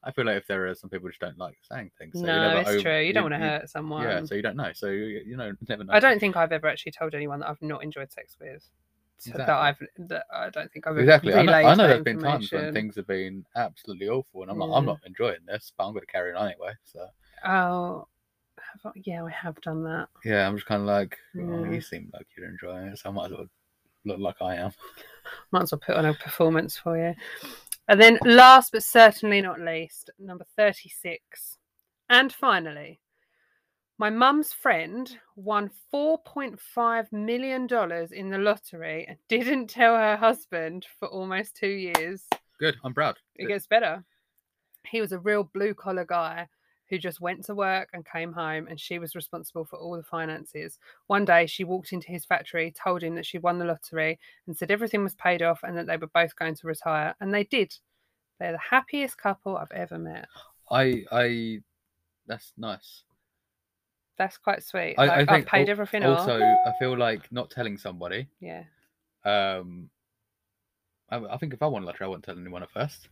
Speaker 1: I feel like if there are some people who just don't like saying things, so you
Speaker 2: no,
Speaker 1: never
Speaker 2: it's
Speaker 1: over-
Speaker 2: true. You, don't want to hurt someone.
Speaker 1: Yeah, so you don't know. So you, you know, never know.
Speaker 2: I don't think I've ever actually told anyone that I've not enjoyed sex with. So That
Speaker 1: Exactly.
Speaker 2: I've that I don't think I've
Speaker 1: Exactly. I know,
Speaker 2: Relayed
Speaker 1: I know there's
Speaker 2: that
Speaker 1: been times when
Speaker 2: information. Mm.
Speaker 1: things have been absolutely awful, and I'm like, I'm
Speaker 2: Yeah.
Speaker 1: not enjoying this, but I'm going to carry on anyway. So
Speaker 2: Oh, have I- yeah, I have done that.
Speaker 1: yeah, I'm just kind of like, oh,
Speaker 2: Yeah.
Speaker 1: you seem like you're enjoying it, so I might as well look like I am.
Speaker 2: Might as well put on a performance for you. And then, last but certainly not least, number 36. And finally, my mum's friend won $4.5 million in the lottery and didn't tell her husband for almost two years.
Speaker 1: Good. I'm proud.
Speaker 2: It gets better. He was a real blue collar guy who just went to work and came home, and she was responsible for all the finances. One day, she walked into his factory, told him that she won the lottery, and said everything was paid off and that they were both going to retire. And they did. They're the happiest couple I've ever met.
Speaker 1: I I that's nice.
Speaker 2: That's quite sweet.
Speaker 1: I- I
Speaker 2: I, like, I've
Speaker 1: think
Speaker 2: paid
Speaker 1: al-
Speaker 2: everything
Speaker 1: Also,
Speaker 2: off.
Speaker 1: I feel like not telling somebody.
Speaker 2: Yeah.
Speaker 1: Um, I, I think if I won a lottery, I wouldn't tell anyone at first.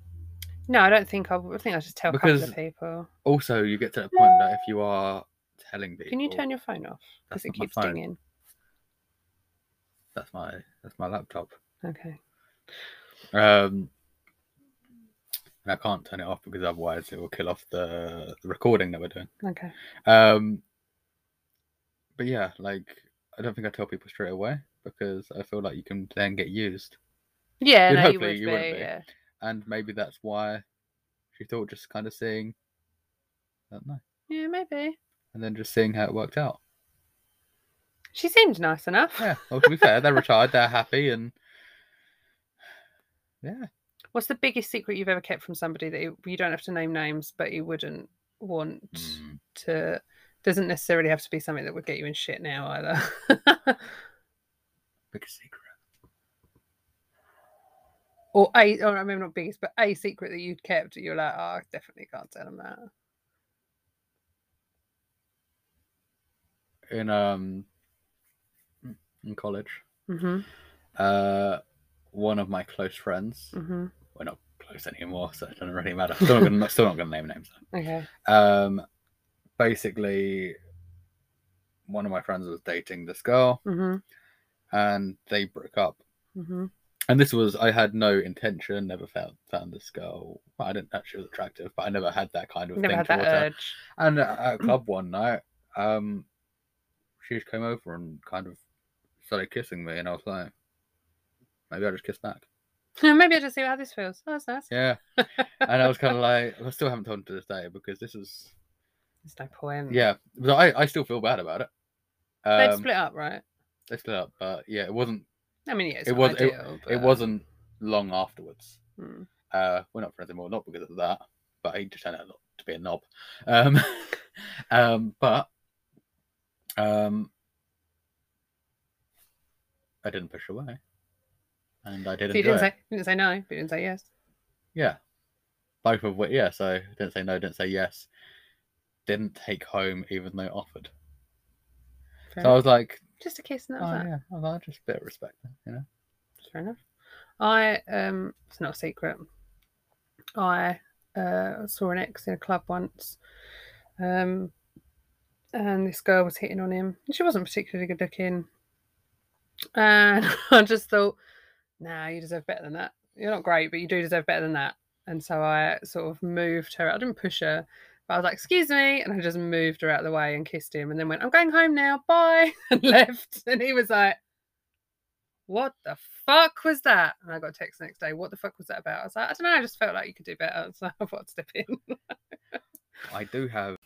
Speaker 2: No, I don't think I would. I think I just tell a
Speaker 1: Because-
Speaker 2: couple of people.
Speaker 1: Also, you get to the point that if you are telling people,
Speaker 2: Can you turn your phone off?
Speaker 1: That's
Speaker 2: Because it
Speaker 1: not my
Speaker 2: keeps
Speaker 1: phone.
Speaker 2: dinging.
Speaker 1: That's my that's my laptop.
Speaker 2: Okay.
Speaker 1: Um, and I can't turn it off because otherwise it will kill off the, the recording that we're doing.
Speaker 2: Okay.
Speaker 1: Um, but yeah, like I don't think I tell people straight away because I feel like you can then get used,
Speaker 2: Yeah,
Speaker 1: You'd
Speaker 2: no, you
Speaker 1: hopefully-
Speaker 2: would
Speaker 1: you
Speaker 2: be.
Speaker 1: wouldn't be.
Speaker 2: Yeah.
Speaker 1: and maybe that's why she thought just kind of seeing, I don't know,
Speaker 2: Yeah, maybe.
Speaker 1: and then just seeing how it worked out.
Speaker 2: She seemed nice enough.
Speaker 1: Yeah. Well, to be fair, they're retired, they're happy, and yeah,
Speaker 2: What's the biggest secret you've ever kept from somebody that you, you don't have to name names, but you wouldn't want
Speaker 1: Mm.
Speaker 2: to? Doesn't necessarily have to be something that would get you in shit now either,
Speaker 1: biggest secret.
Speaker 2: or a or I mean not biggest, but a secret that you'd kept. that You're like, oh, I definitely can't tell them that.
Speaker 1: in um in college.
Speaker 2: Mm-hmm.
Speaker 1: Uh, one of my close friends.
Speaker 2: Mm-hmm.
Speaker 1: we're not close anymore, so it doesn't really matter. Still not gonna, still not going to name names.
Speaker 2: Okay.
Speaker 1: Um, basically, one of my friends was dating this girl,
Speaker 2: Mm-hmm.
Speaker 1: and they broke up.
Speaker 2: Mm-hmm.
Speaker 1: And this was I had no intention. Never found found this girl. Well, I didn't know she was attractive, but I never had that kind of
Speaker 2: Never
Speaker 1: thing
Speaker 2: had that
Speaker 1: towards her.
Speaker 2: urge. Mm.
Speaker 1: And at at a club one night, um, she just came over and kind of started kissing me, and I was like, maybe I'll just kiss back.
Speaker 2: Maybe I just see how this feels. Oh, that's nice.
Speaker 1: Yeah. And I was kind of like, I still haven't told her to this day because this is,
Speaker 2: There's no point.
Speaker 1: yeah, but I, I still feel bad about it. Um,
Speaker 2: They'd split up, right?
Speaker 1: they split up, but yeah, it wasn't,
Speaker 2: I mean, yeah, it's
Speaker 1: it
Speaker 2: not
Speaker 1: was- it-
Speaker 2: ideal,
Speaker 1: it
Speaker 2: but-
Speaker 1: wasn't long afterwards.
Speaker 2: Mm.
Speaker 1: Uh, we're not friends anymore, not because of that, but he just turned out not to be a knob. Um, um, but, um, I didn't push away, and I did enjoy
Speaker 2: So you didn't
Speaker 1: it.
Speaker 2: say, you didn't say no. but You didn't say yes.
Speaker 1: Yeah. Both of which, yeah. So didn't say no, didn't say yes. Didn't take home even though offered.
Speaker 2: Fair
Speaker 1: So I was like,
Speaker 2: Just a kiss, and
Speaker 1: oh,
Speaker 2: that was that.
Speaker 1: yeah, oh, well, just a bit of respect, there, you know.
Speaker 2: Fair enough. I um, it's not a secret. I uh, saw an ex in a club once, um, and this girl was hitting on him. She wasn't particularly good looking, and I just thought, "Nah, you deserve better than that. You're not great, but you do deserve better than that." And so I sort of moved her. I didn't push her, but I was like, "Excuse me," and I just moved her out of the way and kissed him, and then went, "I'm going home now. Bye," and left. And he was like what the fuck was that? And I got a text the next day, what the fuck was that about? I was like, I don't know, I just felt like you could do better. So I thought I'd step in.
Speaker 1: I do have.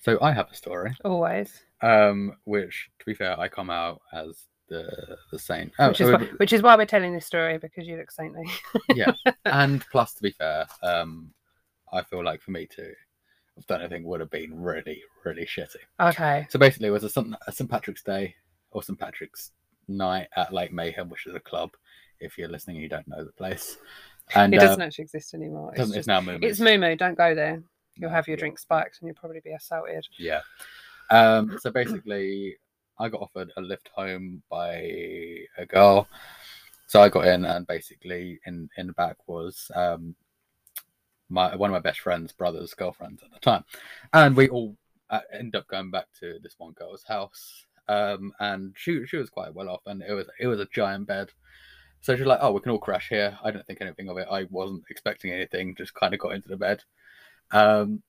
Speaker 1: So I have a story,
Speaker 2: Always.
Speaker 1: um, which to be fair, I come out as the the saint. Oh,
Speaker 2: which, is
Speaker 1: oh,
Speaker 2: why,
Speaker 1: but-
Speaker 2: which is why we're telling this story, because you look saintly.
Speaker 1: yeah. And plus, to be fair, um, I feel like for me to have done anything would have been really, really shitty.
Speaker 2: okay.
Speaker 1: So basically, it was a St. a St. Patrick's Day or St. Patrick's night at Lake Mayhem, which is a club. If you're listening, and you don't know the place, and
Speaker 2: it
Speaker 1: uh,
Speaker 2: doesn't actually exist anymore. It's,
Speaker 1: doesn't- it's
Speaker 2: just,
Speaker 1: now Moomin.
Speaker 2: it's Moo Moo, don't go there. You'll
Speaker 1: No,
Speaker 2: have
Speaker 1: yeah,
Speaker 2: your drink spiked and you'll probably be assaulted.
Speaker 1: Yeah. Um, so basically, I got offered a lift home by a girl. So I got in, and basically, in in the back was um, my one of my best friend's brother's girlfriends at the time, and we all uh, ended up going back to this one girl's house. Um, and she she was quite well off, and it was it was a giant bed. So she's like, "Oh, we can all crash here." I didn't think anything of it. I wasn't expecting anything. Just kind of got into the bed. Um,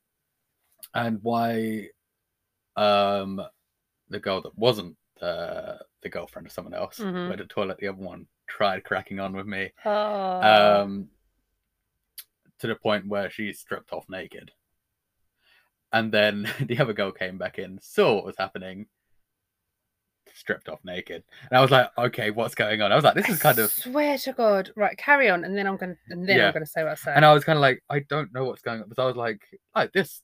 Speaker 1: and why, um, the girl that wasn't uh, the girlfriend of someone else
Speaker 2: Mhm.
Speaker 1: went to the toilet. The other one tried cracking on with me
Speaker 2: Oh.
Speaker 1: um, to the point where she stripped off naked. And then the other girl came back in, saw what was happening, stripped off naked. And I was like, okay, what's going on? I was like, this is kind of.
Speaker 2: Swear to God. Right, carry on, and then I'm gonna, and then
Speaker 1: Yeah.
Speaker 2: I'm gonna say what I say.
Speaker 1: And I was kind of like, I don't know what's going on. Because I was like, like this,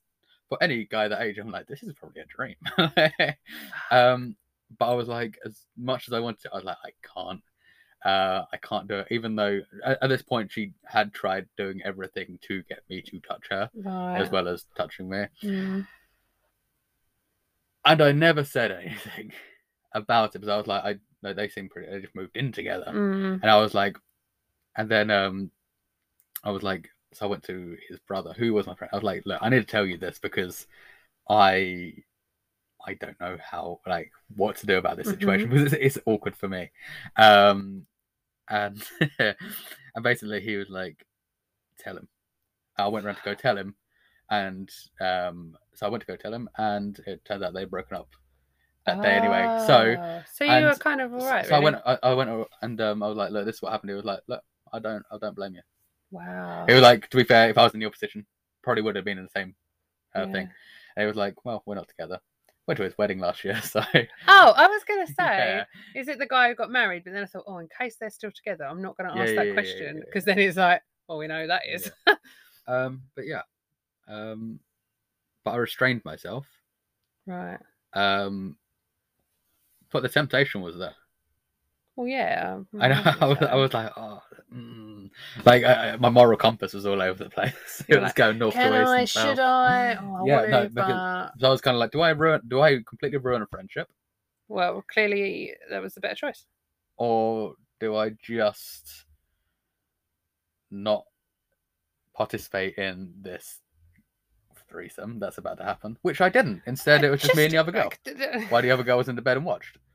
Speaker 1: for any guy that age, I'm like, this is probably a dream. um, but I was like, as much as I wanted, to, I was like, I can't. Uh, I can't do it, even though at, at this point she had tried doing everything to get me to touch her,
Speaker 2: right.
Speaker 1: as well as touching me.
Speaker 2: Mm.
Speaker 1: And I never said anything about it because I was like, I like, they seem pretty. They just moved in together,
Speaker 2: Mm.
Speaker 1: and I was like, and then um, I was like, so I went to his brother, who was my friend. I was like, look, I need to tell you this because I, I don't know how like what to do about this situation because it's, it's awkward for me, um, and and basically he was like, tell him. I went round to go tell him, and um, so I went to go tell him, and it turned out they'd broken up that day anyway. So.
Speaker 2: Oh, so you
Speaker 1: and
Speaker 2: were kind of
Speaker 1: So-
Speaker 2: alright.
Speaker 1: So
Speaker 2: really?
Speaker 1: I went, I, I went, o- and um, I was like, "Look, this is what happened." He was like, "Look, I don't, I don't blame you."
Speaker 2: Wow.
Speaker 1: He was like, "To be fair, if I was in your position, probably would have been in the same uh,
Speaker 2: Yeah.
Speaker 1: thing." And he was like, "Well, we're not together." Went to his wedding last year, so
Speaker 2: Oh, I was gonna say,
Speaker 1: yeah,
Speaker 2: is it the guy who got married? But then I thought, oh, in case they're still together, I'm not gonna
Speaker 1: Yeah,
Speaker 2: ask
Speaker 1: yeah,
Speaker 2: that
Speaker 1: yeah, yeah,
Speaker 2: question
Speaker 1: yeah,
Speaker 2: because then it's like, well, we know who that is.
Speaker 1: um, but yeah, um, but I restrained myself.
Speaker 2: Right.
Speaker 1: Um, but the temptation was there.
Speaker 2: Well, yeah. um,
Speaker 1: I know.
Speaker 2: imagine
Speaker 1: I was, I
Speaker 2: so.
Speaker 1: was like, oh, mm. like I, I- my moral compass was all over the place. it
Speaker 2: You're
Speaker 1: was
Speaker 2: like,
Speaker 1: going north
Speaker 2: Can
Speaker 1: to east.
Speaker 2: I?
Speaker 1: and south.
Speaker 2: Should I? Oh, I
Speaker 1: Yeah,
Speaker 2: want
Speaker 1: no,
Speaker 2: to,
Speaker 1: because-
Speaker 2: but
Speaker 1: So I was kind of like, do I ruin? Do I completely ruin a friendship,
Speaker 2: well, clearly that was the better choice.
Speaker 1: or do I just not participate in this threesome that's about to happen? Which I didn't. Instead, it was just me and the other girl. While the other girl was in the bed and watched.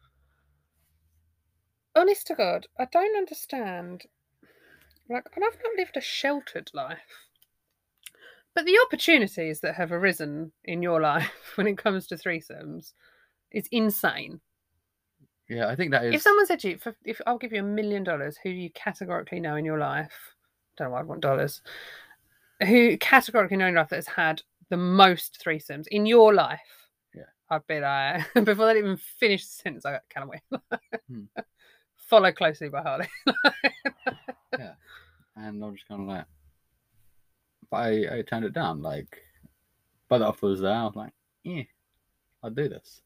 Speaker 2: Honest to God, I don't understand. Like, and I've not lived a sheltered life. But the opportunities that have arisen in your life when it comes to threesomes is insane.
Speaker 1: Yeah, I think that is.
Speaker 2: If someone said to you, for, if I'll give you a million dollars, who do you categorically know in your life? Don't know why I want dollars. Who categorically know in your life that has had the most threesomes in your life?
Speaker 1: Yeah.
Speaker 2: I'd be like, before they even finish the sentence, I kind of went,
Speaker 1: Hmm.
Speaker 2: follow closely by Harley.
Speaker 1: and I'm just kind of like, but I, I turned it down. Like, but the offer was there. I was like, yeah, I'll do this.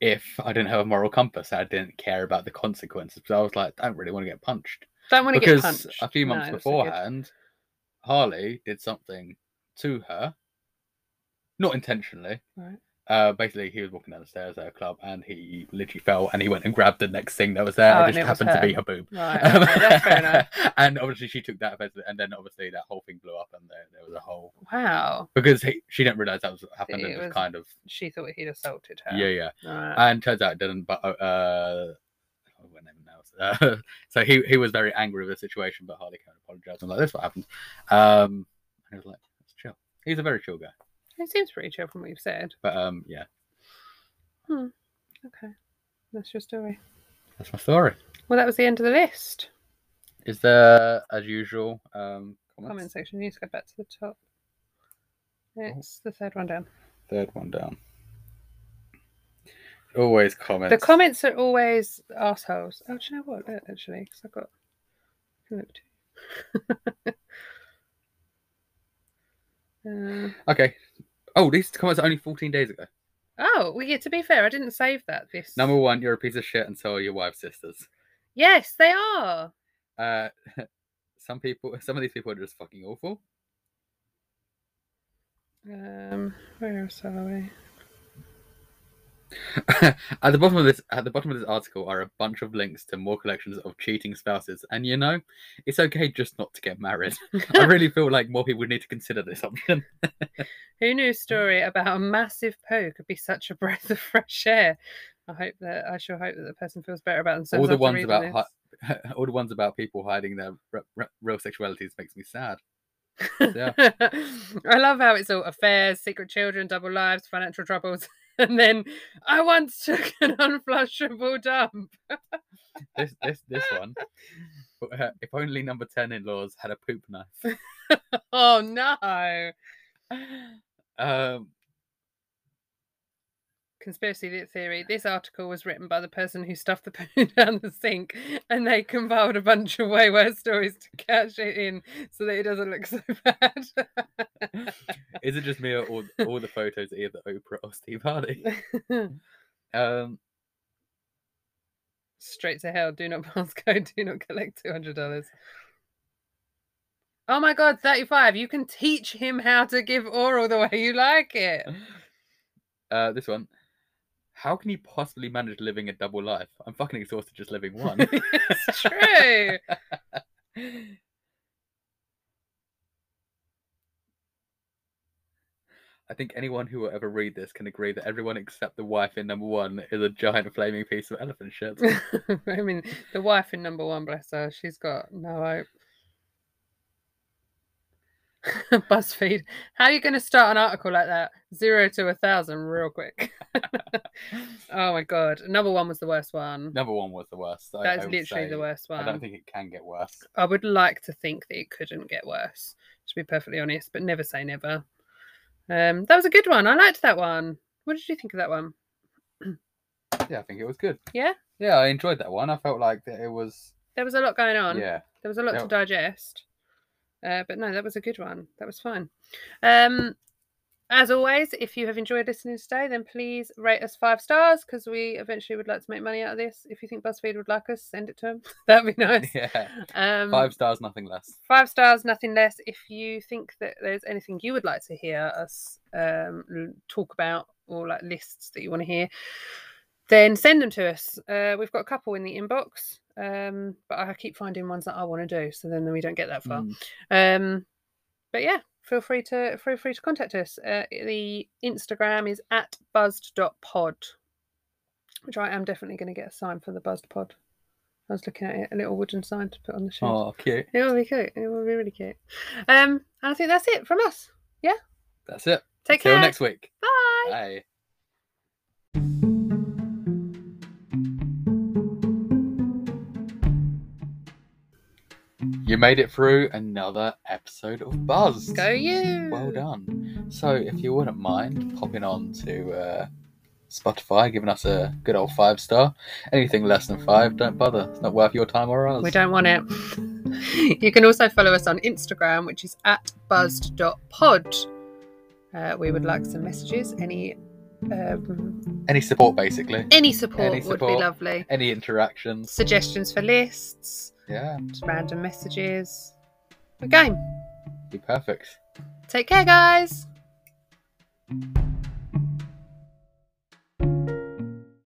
Speaker 1: If I didn't have a moral compass, I didn't care about the consequences. Because I was like, I don't really want to get punched.
Speaker 2: Don't want to get
Speaker 1: because
Speaker 2: punched.
Speaker 1: a few
Speaker 2: No,
Speaker 1: months
Speaker 2: that's not good.
Speaker 1: beforehand, Harley did something to her, not intentionally.
Speaker 2: Right.
Speaker 1: Uh, basically, he was walking down the stairs at a club, and he literally fell, and he went and grabbed the next thing that was there.
Speaker 2: Oh,
Speaker 1: it
Speaker 2: and
Speaker 1: just
Speaker 2: it was
Speaker 1: happened to
Speaker 2: her.
Speaker 1: be her boob.
Speaker 2: Right,
Speaker 1: Um,
Speaker 2: okay, that's fair enough.
Speaker 1: and obviously, she took that offensively, and then obviously that whole thing blew up, and there, there was a whole
Speaker 2: Wow.
Speaker 1: because he, she didn't realize that was what happened,
Speaker 2: It
Speaker 1: and just
Speaker 2: was-
Speaker 1: kind of
Speaker 2: She thought he'd assaulted her.
Speaker 1: yeah, yeah.
Speaker 2: Right.
Speaker 1: And turns out it didn't, but uh, uh, I wouldn't even know. Uh, so he he was very angry with the situation, but Harley can't apologize. I'm like, that's what happened. Um, and he was like, it's chill. He's a very chill guy,
Speaker 2: It seems pretty chill from what you've said.
Speaker 1: but um, yeah,
Speaker 2: Okay. That's your story.
Speaker 1: that's my story.
Speaker 2: Well, that was the end of the list.
Speaker 1: Is there, as usual, um, comments?
Speaker 2: Comment section. You need to go back to the top.
Speaker 1: Oh.
Speaker 2: It's the third one down.
Speaker 1: Third one down. Always comments.
Speaker 2: The comments are always assholes. Oh, do you know what? Look, actually, because I've got. I can look too. uh,
Speaker 1: Okay. Oh, these comments are only 14 days ago.
Speaker 2: oh, well, yeah, to be fair, I didn't save that. This
Speaker 1: Number one, you're a piece of shit, and so are your wife's sisters.
Speaker 2: Yes, they are.
Speaker 1: Uh, some people, some of these people are just fucking awful.
Speaker 2: Um, where else are we?
Speaker 1: at the bottom of this at the bottom of this article are a bunch of links to more collections of cheating spouses and you know it's okay just not to get married i really feel like more people need to consider this option
Speaker 2: Who knew a story about a massive poo could be such a breath of fresh air? I hope that I sure hope that the person feels better about themselves.
Speaker 1: all the
Speaker 2: after
Speaker 1: ones
Speaker 2: reading
Speaker 1: about hi- all the ones about people hiding their re- re- real sexualities makes me sad
Speaker 2: this.
Speaker 1: yeah.
Speaker 2: I love how it's all affairs, secret children, double lives, financial troubles, and then I once took an unflushable dump.
Speaker 1: this this this one But, uh, if only number 10 in-laws had a poop knife
Speaker 2: Oh no!
Speaker 1: um
Speaker 2: Conspiracy the- theory. This article was written by the person who stuffed the poo down the sink, and they compiled a bunch of way worse stories to cash it in so that it doesn't look so bad.
Speaker 1: is it just me or all, all the photos are either oprah or steve hardy um
Speaker 2: straight to hell. Do not pass go. Do not collect two hundred dollars. Oh my god, thirty-five! You can teach him how to give oral the way you like it.
Speaker 1: Uh, this one. How can you possibly manage living a double life? I'm fucking exhausted just living one.
Speaker 2: it's true.
Speaker 1: I think anyone who will ever read this can agree that everyone except the wife in number one is a giant flaming piece of elephant shit.
Speaker 2: I mean, the wife in number one, bless her, she's got no hope. BuzzFeed, how are you going to start an article like that? Zero to a thousand, real quick. oh my god, number one was the worst one.
Speaker 1: number one was the worst. I-
Speaker 2: That's
Speaker 1: I would
Speaker 2: literally
Speaker 1: say.
Speaker 2: the worst one.
Speaker 1: I don't think it can get worse.
Speaker 2: I would like to think that it couldn't get worse, to be perfectly honest, but never say never. Um, that was a good one. I liked that one. What did you think of that one?
Speaker 1: Yeah, I think it was good.
Speaker 2: Yeah?
Speaker 1: Yeah, I enjoyed that one. I felt like that it was.
Speaker 2: There was a lot going on.
Speaker 1: Yeah.
Speaker 2: There was a lot
Speaker 1: That
Speaker 2: to
Speaker 1: w-
Speaker 2: digest. Uh, but no, that was a good one. That was fun. Um, as always, if you have enjoyed listening today, then please rate us five stars because we eventually would like to make money out of this. If you think BuzzFeed would like us, send it to them. That'd be nice.
Speaker 1: Yeah.
Speaker 2: Um,
Speaker 1: Five stars, nothing less.
Speaker 2: five stars nothing less if you think that there's anything you would like to hear us um, l- talk about or like lists that you want to hear then send them to us uh, we've got a couple in the inbox um, but i keep finding ones that i want to do so then we don't get that far
Speaker 1: Mm.
Speaker 2: um, but yeah, feel free to feel free to contact us. Uh, the Instagram is at buzzed.pod, which I am definitely going to get a sign for the buzzed pod. I was looking at it, a little wooden sign to put on the shed.
Speaker 1: Oh, cute.
Speaker 2: It will be cute. It will be really cute. Um, and I think that's it from us.
Speaker 1: That's it.
Speaker 2: Take
Speaker 1: Till
Speaker 2: care.
Speaker 1: next week.
Speaker 2: Bye.
Speaker 1: Bye. You made it through another episode of Buzz.
Speaker 2: Go you.
Speaker 1: Well done. So, if you wouldn't mind popping on to uh, Spotify, giving us a good old five star. Anything less than five, don't bother. It's not worth your time or ours.
Speaker 2: We don't want it. you can also follow us on Instagram, which is at buzzed.pod. Uh, we would like some messages. Any um,
Speaker 1: Any support, basically.
Speaker 2: any support,
Speaker 1: Any
Speaker 2: would
Speaker 1: support.
Speaker 2: be lovely.
Speaker 1: Any interactions.
Speaker 2: Suggestions for lists,
Speaker 1: Yeah,
Speaker 2: just random messages. Good game.
Speaker 1: be perfect.
Speaker 2: Take care, guys.